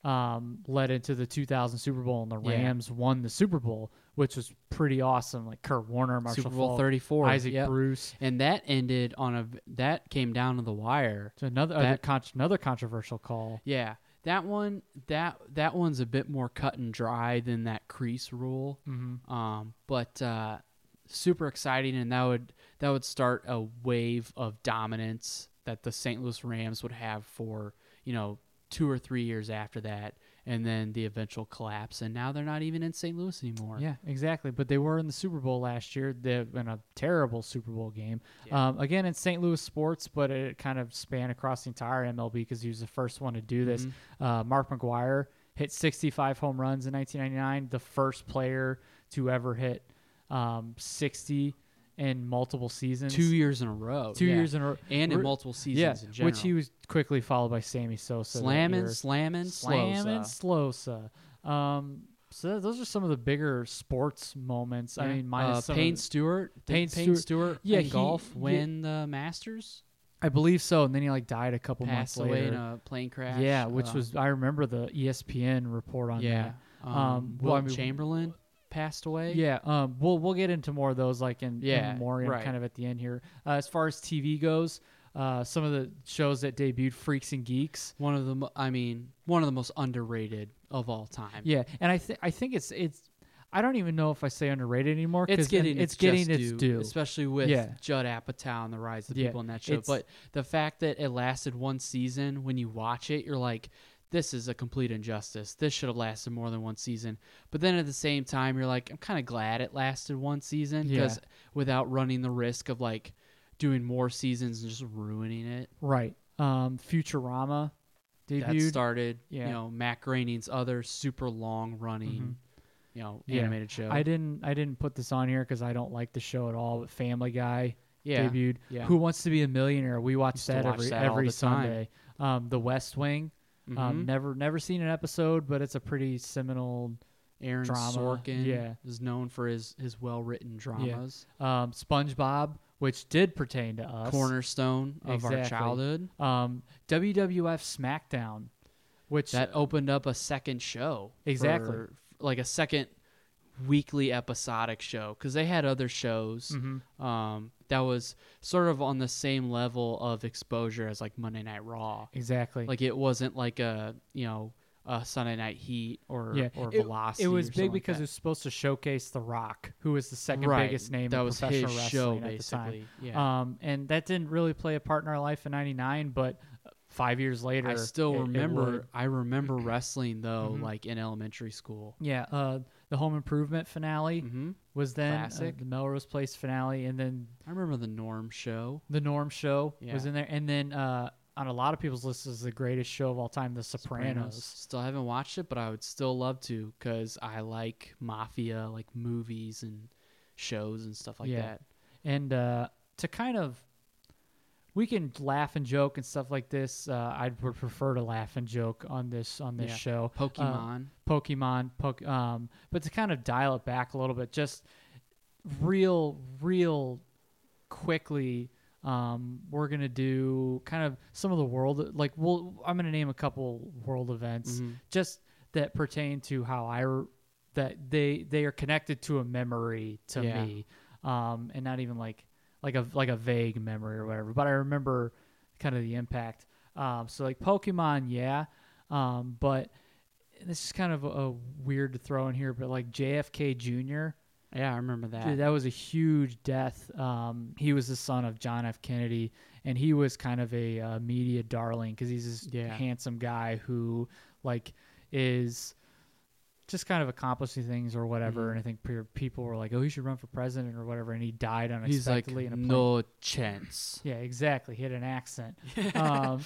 A: um, led into the 2000 Super Bowl, and the
D: Yeah.
A: Rams won the Super Bowl, which was pretty awesome. Like Kurt Warner, Marshall
D: Super Bowl
A: Falk,
D: 34,
A: Isaac
D: yep.
A: Bruce.
D: and that ended on a that came down to the wire.
A: To another other
D: That-
A: con- another controversial call.
D: Yeah, that one that that one's a bit more cut and dry than that crease rule.
A: Mm-hmm.
D: Um, but uh, super exciting, and that would that would start a wave of dominance that the St. Louis Rams would have for you know two or three years after that, and then the eventual collapse. And now they're not even in St. Louis anymore.
A: Yeah, exactly. But they were in the Super Bowl last year. They in a terrible Super Bowl game. Um, again, in St. Louis sports, but it kind of span across the entire MLB because he was the first one to do this.
D: Mm-hmm.
A: Uh, Mark McGuire hit 65 home runs in 1999, the first player to ever hit um, 60 in multiple seasons.
D: two years in a row.
A: Two
D: yeah.
A: years in a row.
D: and in
A: Re-
D: multiple
A: yeah,
D: seasons in general.
A: which he was quickly followed by Sammy Sosa. that
D: slamming,
A: year.
D: slamming,
A: Slam and
D: Slosa.
A: Slosa. Um, so th- those are some of the bigger sports moments. I mean, minus
D: uh,
A: some of
D: Payne
A: the-
D: Stewart. did
A: Payne
D: Payne,
A: Stewart-
D: Stewart,
A: yeah,
D: in
A: he-
D: golf
A: yeah.
D: win the Masters.
A: I believe so. And then he like died a couple
D: Passed
A: months
D: away
A: later.
D: in a plane crash.
A: yeah, which
D: Uh,
A: was I remember the E ESPN report on
D: yeah.
A: that.
D: Um,
A: well, I
D: Wilt
A: mean,
D: Chamberlain passed away.
A: Yeah, um, we'll we'll get into more of those like in, in
D: Yeah,
A: memoriam
D: right.
A: kind of at the end here. Uh, as far as TV goes, uh, some of the shows that debuted, Freaks and Geeks.
D: One of the, mo- I mean, one of the most underrated of all time.
A: Yeah, and I think I think it's it's I don't even know if I say underrated anymore. 'cause
D: It's
A: it-
D: getting
A: it's
D: its,
A: getting
D: just
A: its due.
D: especially with
A: Yeah.
D: Judd Apatow and the rise of the
A: Yeah,
D: people in that show.
A: it's-
D: But the fact that it lasted one season, when you watch it, you're like, this is a complete injustice. This should have lasted more than one season. But then at the same time, you're like, I'm kind of glad it lasted one season because
A: Yeah.
D: without running the risk of like doing more seasons and just ruining it.
A: right. Um, Futurama
D: That
A: debuted.
D: started,
A: yeah.
D: you know, Matt Groening's other super long running, you know,
A: Mm-hmm. Yeah.
D: animated show.
A: I didn't I didn't put this on here because I don't like the show at all. But Family Guy
D: Yeah,
A: debuted.
D: yeah.
A: Who Wants to Be a Millionaire? We watch
D: Used to
A: that
D: watch
A: every
D: that all
A: every
D: the time.
A: Sunday. Um, the West Wing. Um,
D: Mhm.
A: never never seen an episode, but it's a pretty seminal.
D: Aaron
A: drama.
D: Sorkin
A: Yeah.
D: is known for his, his well written dramas.
A: Um, SpongeBob, which did pertain to us.
D: Cornerstone of our
A: Exactly.
D: childhood.
A: Um, WWF SmackDown, which
D: That opened up a second show.
A: Exactly.
D: for- like a second weekly episodic show because they had other shows
A: Mm-hmm.
D: um, that was sort of on the same level of exposure as like Monday Night Raw.
A: exactly
D: Like it wasn't like a, you know, a Sunday Night Heat or, or
A: It-
D: Velocity.
A: It
D: or
A: was
D: something
A: big
D: like
A: because
D: that.
A: it was supposed to showcase The Rock, who was the second
D: Right.
A: biggest name
D: That
A: in
D: was
A: professional
D: his show,
A: wrestling at
D: basically.
A: the time.
D: Yeah.
A: Um, and that didn't really play a part in our life in '99, but five years later,
D: I still
A: it- it
D: remember.
A: would. Mm-hmm.
D: I remember wrestling though, like in elementary school.
A: yeah, uh, the Home Improvement finale was then uh,
D: Mm, Classic.
A: the Melrose Place finale, and then
D: I remember the Norm Show.
A: the Norm Show was
D: Yeah.
A: in there, and then uh, on a lot of people's lists is the greatest show of all time, The Sopranos.
D: Still haven't watched it, but I would still love to because I like mafia, like movies and shows and stuff like that.
A: And uh, to kind of, we can laugh and joke and stuff like this. Uh, I would prefer to laugh and joke on this on this
D: Yeah.
A: show. Uh,
D: Pokemon.
A: Pokemon, Pok- um, but to kind of dial it back a little bit, just real, real quickly. Um, we're gonna do kind of some of the world, like we'll. I'm gonna name a couple world events just that pertain to how I re- that they they are connected to a memory to
D: Yeah.
A: me, um, and not even like like a like a vague memory or whatever. But I remember kind of the impact. Um, so like Pokemon, yeah, um, but and this is kind of a, a weird to throw in here, but like JFK Jr.
D: yeah, I remember that.
A: Dude, that was a huge death. Um, he was the son of John F. Kennedy, and he was kind of a uh, media darling because he's this
D: Yeah.
A: handsome guy who, like, is just kind of accomplishing things or
D: Mm-hmm.
A: whatever. And I think pe- people were like, "Oh, he should run for president" or whatever, and he died
D: He's like
A: unexpectedly in a plane
D: no chance.
A: yeah, exactly. He had an accent. um,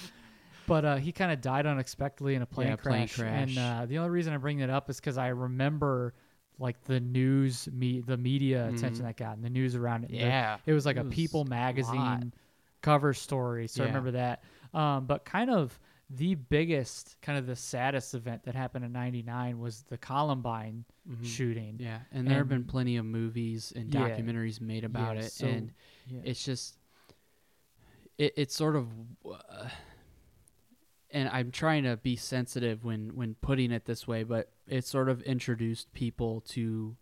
A: but uh, he kind of died unexpectedly in a plane,
D: Yeah, plane
A: crash. And
D: crash.
A: uh, the only reason I bring that up is because I remember like the news, me, the media attention that got and the news around it. The-
D: Mm-hmm. Yeah.
A: it was like
D: It
A: a
D: was
A: People
D: a lot.
A: magazine cover story. So I
D: Yeah.
A: remember that. Um, but kind of the biggest, kind of the saddest event that happened in '99 was the Columbine
D: Mm-hmm.
A: shooting.
D: Yeah, and there have been
A: And-
D: plenty of movies and
A: Yeah.
D: documentaries made about
A: Yeah,
D: it,
A: so-
D: and
A: yeah.
D: it's just it, it's sort of. Uh, and I'm trying to be sensitive when when putting it this way, but it sort of introduced people to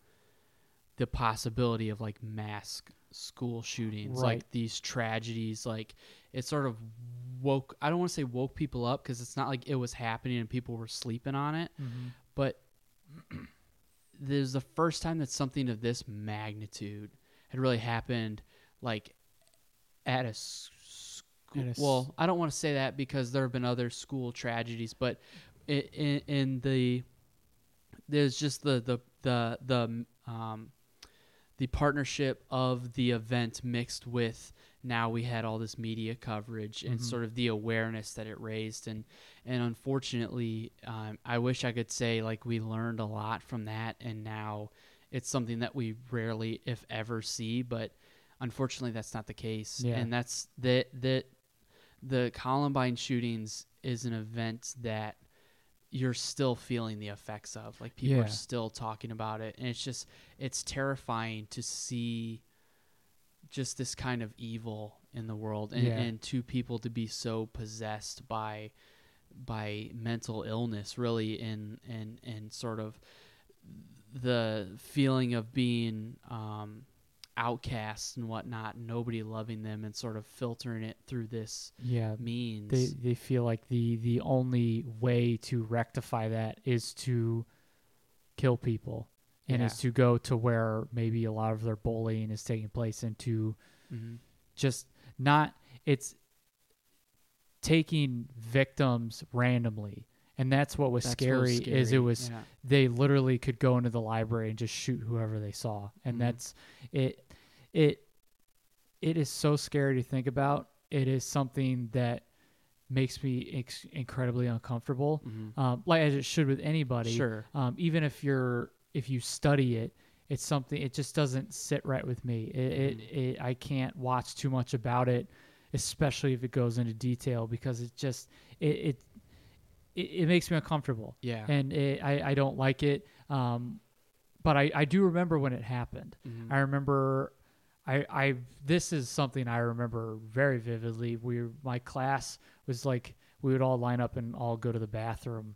D: the possibility of like mass school shootings,
A: Right.
D: like these tragedies. Like it sort of woke. I don't want to say woke people up because it's not like it was happening and people were sleeping on it, but there's the first time that something of this magnitude had really happened, like at a school.
A: At a s-
D: well, I don't want to say that because there have been other school tragedies, but in, in, in the there's just the the the the um the partnership of the event mixed with now we had all this media coverage and sort of the awareness that it raised and and unfortunately um, I wish I could say like we learned a lot from that and now it's something that we rarely if ever see but unfortunately that's not the case
A: Yeah.
D: and that's that that the Columbine shootings is an event that you're still feeling the effects of. Like people
A: Yeah.
D: are still talking about it, and it's just it's terrifying to see just this kind of evil in the world, and,
A: Yeah.
D: and two people to be so possessed by by mental illness, really, and and and sort of the feeling of being um, outcasts and whatnot, nobody loving them, and sort of filtering it through this
A: Yeah.
D: means.
A: They they feel like the the only way to rectify that is to kill people and
D: Yeah.
A: is to go to where maybe a lot of their bullying is taking place and to
D: Mhm.
A: just not it's taking victims randomly. And that's what was
D: That's what
A: scary,
D: was
A: is it
D: scary,
A: was
D: yeah.
A: they literally could go into the library and just shoot whoever they saw. And that's it it it is so scary to think about. It is something that makes me ex- incredibly uncomfortable, um, like as it should with anybody.
D: Sure.
A: Um, even if you're if you study it, it's something. It just doesn't sit right with me. It, it, it I can't watch too much about it, especially if it goes into detail because it just it. it it, it makes me uncomfortable.
D: Yeah.
A: And it, I, I don't like it. Um, but I, I do remember when it happened. I remember I I this is something I remember very vividly. We my class was like we would all line up and all go to the bathroom.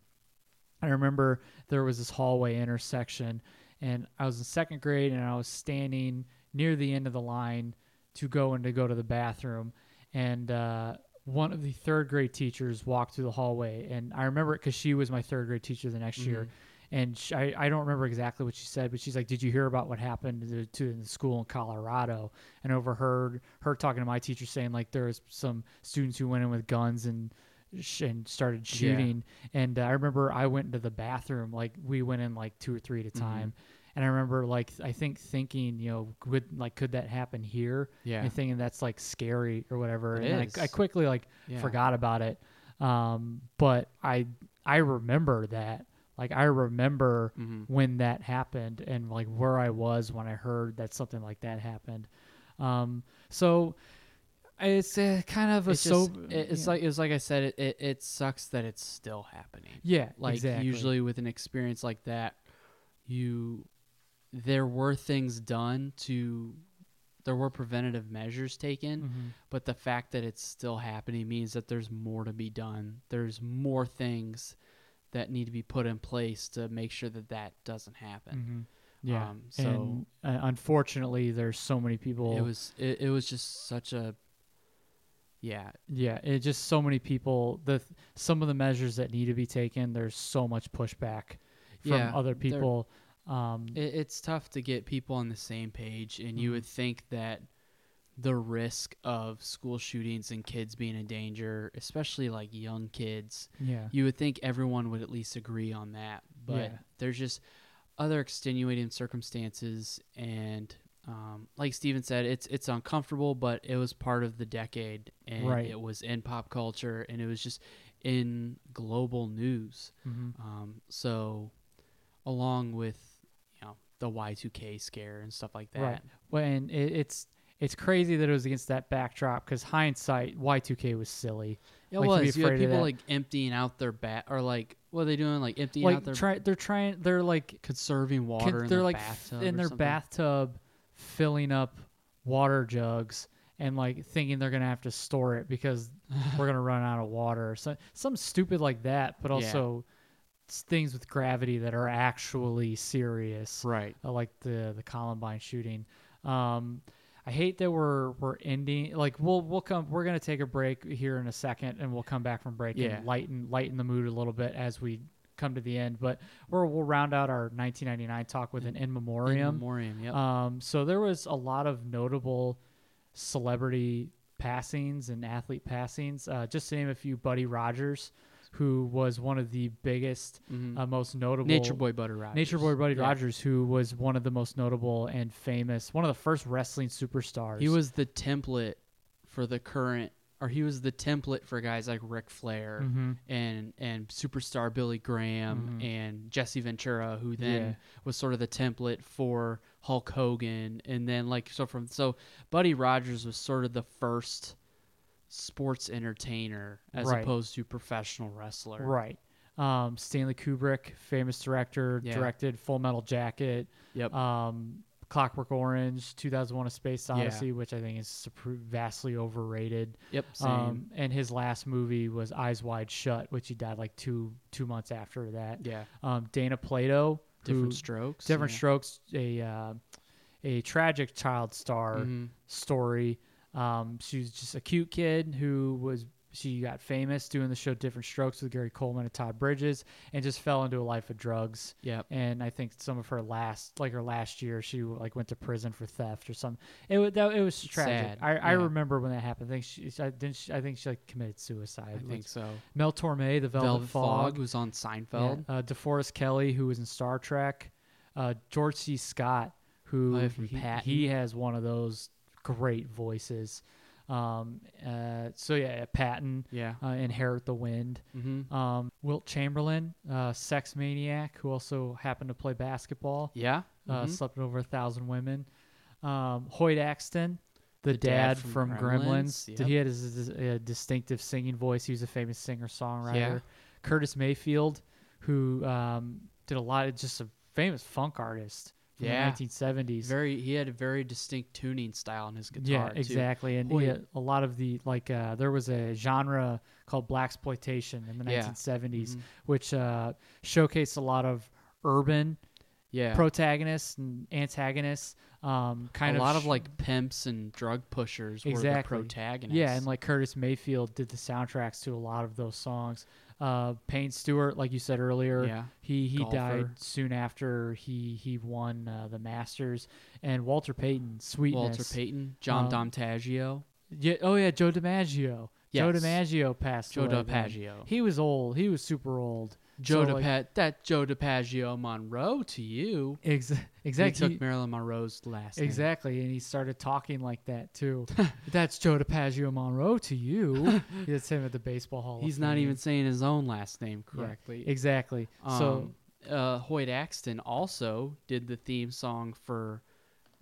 A: I remember there was this hallway intersection and I was in second grade and I was standing near the end of the line to go and to go to the bathroom and uh one of the third grade teachers walked through the hallway and I remember it because she was my third grade teacher the next year and sh I, I don't remember exactly what she said, but she's like, "Did you hear about what happened to the, to the school in Colorado?" And overheard her talking to my teacher saying like there was some students who went in with guns and sh- and started shooting. And uh, I remember I went into the bathroom like we went in like two or three at
D: Mm-hmm.
A: a time. And I remember like I think thinking you know would like could that happen here?
D: Yeah.
A: And thinking that's like scary or whatever.
D: It
A: and then
D: is.
A: I, I quickly like
D: Yeah.
A: forgot about it. Um, but I I remember that. Like I remember
D: Mm-hmm.
A: when that happened and like where I was when I heard that something like that happened. Um, so it's uh, kind of a
D: it's
A: so
D: just, it- it's like it's like I said, it, it it sucks that it's still happening.
A: yeah,
D: like
A: exactly.
D: usually with an experience like that, you there were things done to there were preventative measures taken,
A: Mm. Mm-hmm.
D: but the fact that it's still happening means that there's more to be done. There's more things that need to be put in place to make sure that that doesn't happen.
A: Mm-hmm. yeah.
D: um, so-
A: so and, uh, unfortunately, there's so many people.
D: It was it, it was just such a yeah
A: yeah, it just so many people. The th- some of the measures that need to be taken. There's so much pushback from
D: Yeah,
A: other
D: there-
A: people. Um,
D: it, it's tough to get people on the same page and
A: Mm-hmm.
D: you would think that the risk of school shootings and kids being in danger especially like young kids
A: yeah,
D: you would think everyone would at least agree on that but
A: Yeah.
D: there's just other extenuating circumstances and um, like steven said it's it's uncomfortable but it was part of the decade and
A: Right.
D: it was in pop culture and it was just in global news
A: Mm-hmm.
D: um, so along with you know the y2k scare and stuff like that
A: Right. Well, and it, it's it's crazy that it was against that backdrop because hindsight, Y two K was silly.
D: it
A: Like, to be
D: was you had
A: afraid of
D: people
A: that.
D: like emptying out their bat or like what are they doing like emptying out
A: like
D: their
A: try they're trying they're like
D: conserving water
A: con-
D: in
A: they're
D: their
A: like f-
D: bathtub
A: in
D: or
A: their
D: something.
A: bathtub filling up water jugs and like thinking they're gonna have to store it because we're gonna run out of water. So some stupid like that, but
D: Yeah.
A: also s- things with gravity that are actually serious.
D: right
A: uh, like the the Columbine shooting. Um, I hate that we're we're ending like we'll we'll come we're gonna take a break here in a second and we'll come back from break
D: Yeah.
A: and lighten lighten the mood a little bit as we come to the end. But we're we'll round out our 1999 talk with an in memoriam.
D: memoriam Uh, yep
A: Um, so there was a lot of notable celebrity passings and athlete passings. Uh, just to name a few, Buddy Rogers, who was one of the biggest, uh, most notable
D: Mm-hmm. nature boy butter Rogers.
A: Nature Boy Buddy
D: Yeah.
A: Rogers, who was one of the most notable and famous, one of the first wrestling superstars.
D: He was the template for the current, or he was the template for guys like Ric Flair and and superstar Billy Graham and Jesse Ventura, who then
A: Yeah.
D: was sort of the template for Hulk Hogan, and then like so from so Buddy Rogers was sort of the first sports entertainer as
A: Right.
D: opposed to professional wrestler.
A: right. Um, Stanley Kubrick, famous director,
D: Yeah.
A: directed Full Metal Jacket,
D: Yep.
A: um, Clockwork Orange, 2001: A Space
D: Yeah.
A: Odyssey, which I think is supr- vastly overrated.
D: Yep, same.
A: Um, and his last movie was Eyes Wide Shut, which he died like two two months after that.
D: Yeah.
A: Um, Dana Plato, who-
D: Different strokes.
A: Different
D: yeah.
A: Strokes, a uh, a tragic child star
D: Mm-hmm.
A: story. Um, she was just a cute kid who was she got famous doing the show Different Strokes with Gary Coleman and Todd Bridges, and just fell into a life of drugs.
D: Yep.
A: And I think some of her last, like her last year, she like went to prison for theft or something. It was that, it was tragic.
D: Sad,
A: I, I
D: yeah.
A: remember when that happened. I think she, I didn't. She, I think she like committed suicide.
D: I think so.
A: Mel Torme, the Velvet,
D: Velvet
A: Fog,
D: Fog was on
A: yeah,
D: Seinfeld.
A: uh, DeForest Kelly, who was in Star Trek, uh, George C. Scott, who
D: Live from
A: Oh, he,
D: Patton.
A: he has one of those great voices. Um, uh, so yeah, Patton,
D: Yeah.
A: uh, inherit the wind. Mm-hmm. Um, Wilt Chamberlain, uh, sex maniac, who also happened to play basketball.
D: Yeah.
A: uh, slept with over a thousand women. Um, Hoyt Axton, the, dad, from, Gremlins,
D: yep.
A: he had his, his, uh, distinctive singing voice. He was a famous singer songwriter.
D: Yeah.
A: Curtis Mayfield, who um, did a lot of just a famous funk artist from
D: Yeah.
A: the 1970s.
D: Very. He had a very distinct tuning style in his guitar.
A: yeah,
D: too.
A: exactly. And
D: Hoyt-
A: yeah, a lot of the like, uh, there was a genre called black exploitation in the
D: Yeah. Mm-hmm.
A: 1970s, which uh, showcased a lot of urban
D: Yeah.
A: protagonists and antagonists. Um, kind
D: a lot
A: sh-
D: of like pimps and drug pushers were the
A: Exactly.
D: protagonists.
A: Yeah, and like Curtis Mayfield did the soundtracks to a lot of those songs. Uh, Payne Stewart, like you said earlier,
D: Yeah.
A: he he
D: Golfer.
A: died soon after he he won uh, the Masters, and Walter Payton, sweetness.
D: Walter Payton, John
A: Um,
D: Domtaggio.
A: Yeah. Oh yeah, Joe DiMaggio. Joe
D: Yes.
A: DiMaggio passed
D: Joe
A: away. then.
D: DiMaggio.
A: He was old. He was super old.
D: Joe
A: So,
D: DiPa-
A: like,
D: that Joe DiPaggio Monroe to you.
A: ex-
D: Exactly.
A: exactly.
D: He took Marilyn Monroe's last name.
A: Exactly, and he started talking like that too. That's Joe DiPaggio Monroe to you. That's him at the baseball hall. of
D: He's not
A: Fame.
D: even saying his own last name
A: Yeah,
D: correctly.
A: exactly. so
D: Um, uh, Hoyt Axton also did the theme song for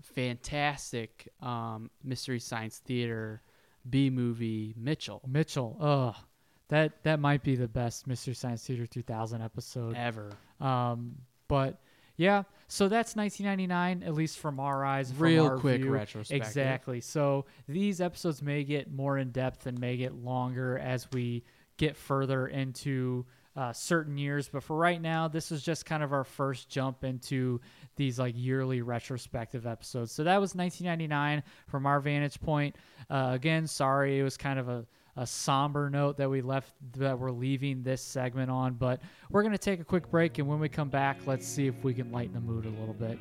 D: fantastic um, Mystery Science Theater B movie Mitchell
A: Mitchell, ugh, that that might be the best Mystery Science Theater 2000 episode.
D: ever.
A: Um, but yeah, so that's 1999, at least from our eyes. from
D: Real
A: our
D: quick
A: view.
D: retrospective.
A: Exactly. So these episodes may get more in depth and may get longer as we get further into uh, certain years. But for right now, this was just kind of our first jump into these like yearly retrospective episodes. So that was 1999 from our vantage point. Uh, again, sorry, it was kind of a a somber note that we left that we're leaving this segment on, but we're going to take a quick break. And when we come back, let's see if we can lighten the mood a little bit.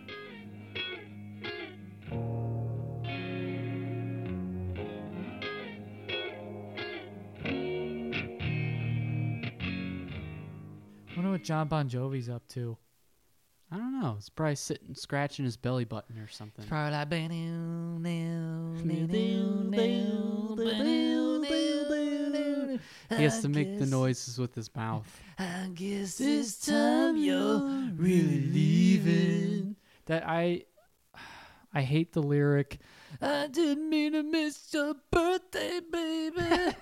A: I wonder what John Bon Jovi's up to.
D: I don't know. He's probably sitting scratching his belly button or something.
A: Probably like,
D: He has to make the noises with his mouth.
A: I guess this time you're really leaving. That I, I hate the lyric. I didn't mean to miss your birthday, baby.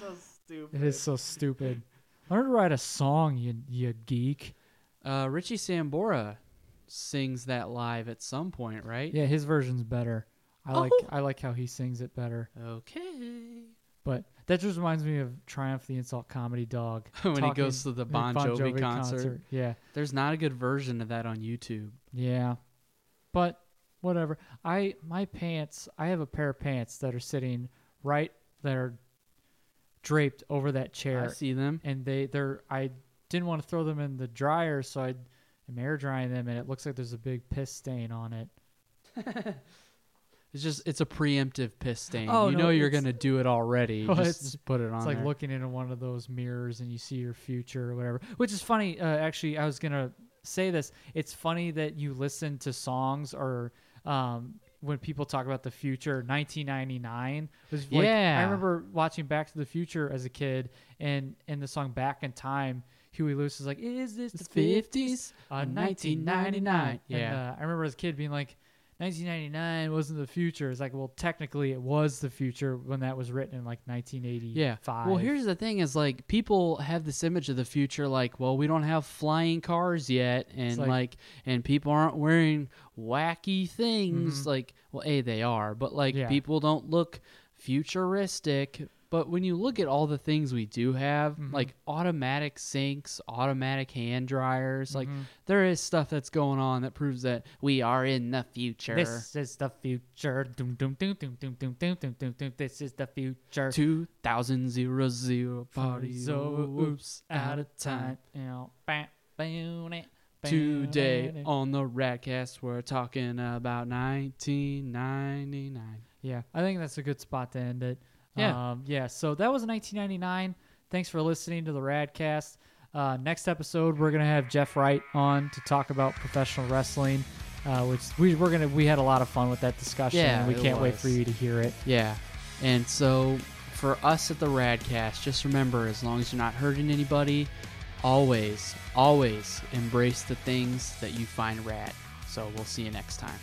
A: so stupid. It is so stupid. Learn to write a song, you you geek.
D: Uh, Richie Sambora sings that live at some point, right?
A: Yeah, his version's better. I like
D: Oh.
A: I like how he sings it better.
D: Okay.
A: But that just reminds me of Triumph the Insult Comedy Dog.
D: When he
A: talking-
D: goes to the Bon Jovi concert.
A: Yeah.
D: There's not a good version of that on YouTube.
A: Yeah. But whatever. I my pants, I have a pair of pants that are sitting right that are draped over that
D: I
A: chair
D: see them.
A: and they they're I didn't want to throw them in the dryer so I am air drying them and it looks like there's a big piss stain on it.
D: It's just it's a preemptive piss stain.
A: Oh,
D: you
A: no,
D: know you're
A: it's-
D: gonna do it already.
A: Oh,
D: just,
A: it's-
D: just put it on.
A: It's like
D: there.
A: looking into one of those mirrors and you see your future or whatever. Which is funny. Uh, actually, I was gonna say this. It's funny that you listen to songs or um, when people talk about the future. 1999 was like, I
D: Yeah.
A: remember watching Back to the Future as a kid, and in the song Back in Time, Huey Lewis is like, "Is this the
D: It's
A: 50s?"
D: 50s
A: Uh, 1999. And,
D: Yeah.
A: uh, I remember as a kid being like, 1999 wasn't the future. It's like, well, technically it was the future when that was written in like 1985.
D: yeah. Well, here's the thing: is like people have this image of the future, like, well, we don't have flying cars yet, and
A: like-
D: like, and people aren't wearing wacky things. Like, well, a they are, but like
A: Mm-hmm. Yeah.
D: people don't look futuristic. But when you look at all the things we do have,
A: Mm-hmm.
D: like automatic sinks, automatic hand dryers,
A: Mm-hmm.
D: like there is stuff that's going on that proves that we are in the future.
A: This is the future. Doom, doom, doom, doom, doom, doom, doom, doom, doom, doom. This is the future.
D: 2000 zero, zero, party's over, oops, out of time.
A: You know, bam, bam, bam,
D: Today
A: bam.
D: on the Radcast, we're talking about 1999.
A: Yeah, I think that's a good spot to end it.
D: Yeah.
A: Um, yeah, so that was 1999. Thanks for listening to the Radcast. Uh, next episode, we're going to have Jeff Wright on to talk about professional wrestling, uh, which we, we're going to, we had a lot of fun with that discussion.
D: Yeah,
A: and we
D: it
A: can't wait
D: was.
A: for you to hear it.
D: Yeah. And so for us at the Radcast, just remember as long as you're not hurting anybody, always, always embrace the things that you find rad. So we'll see you next time.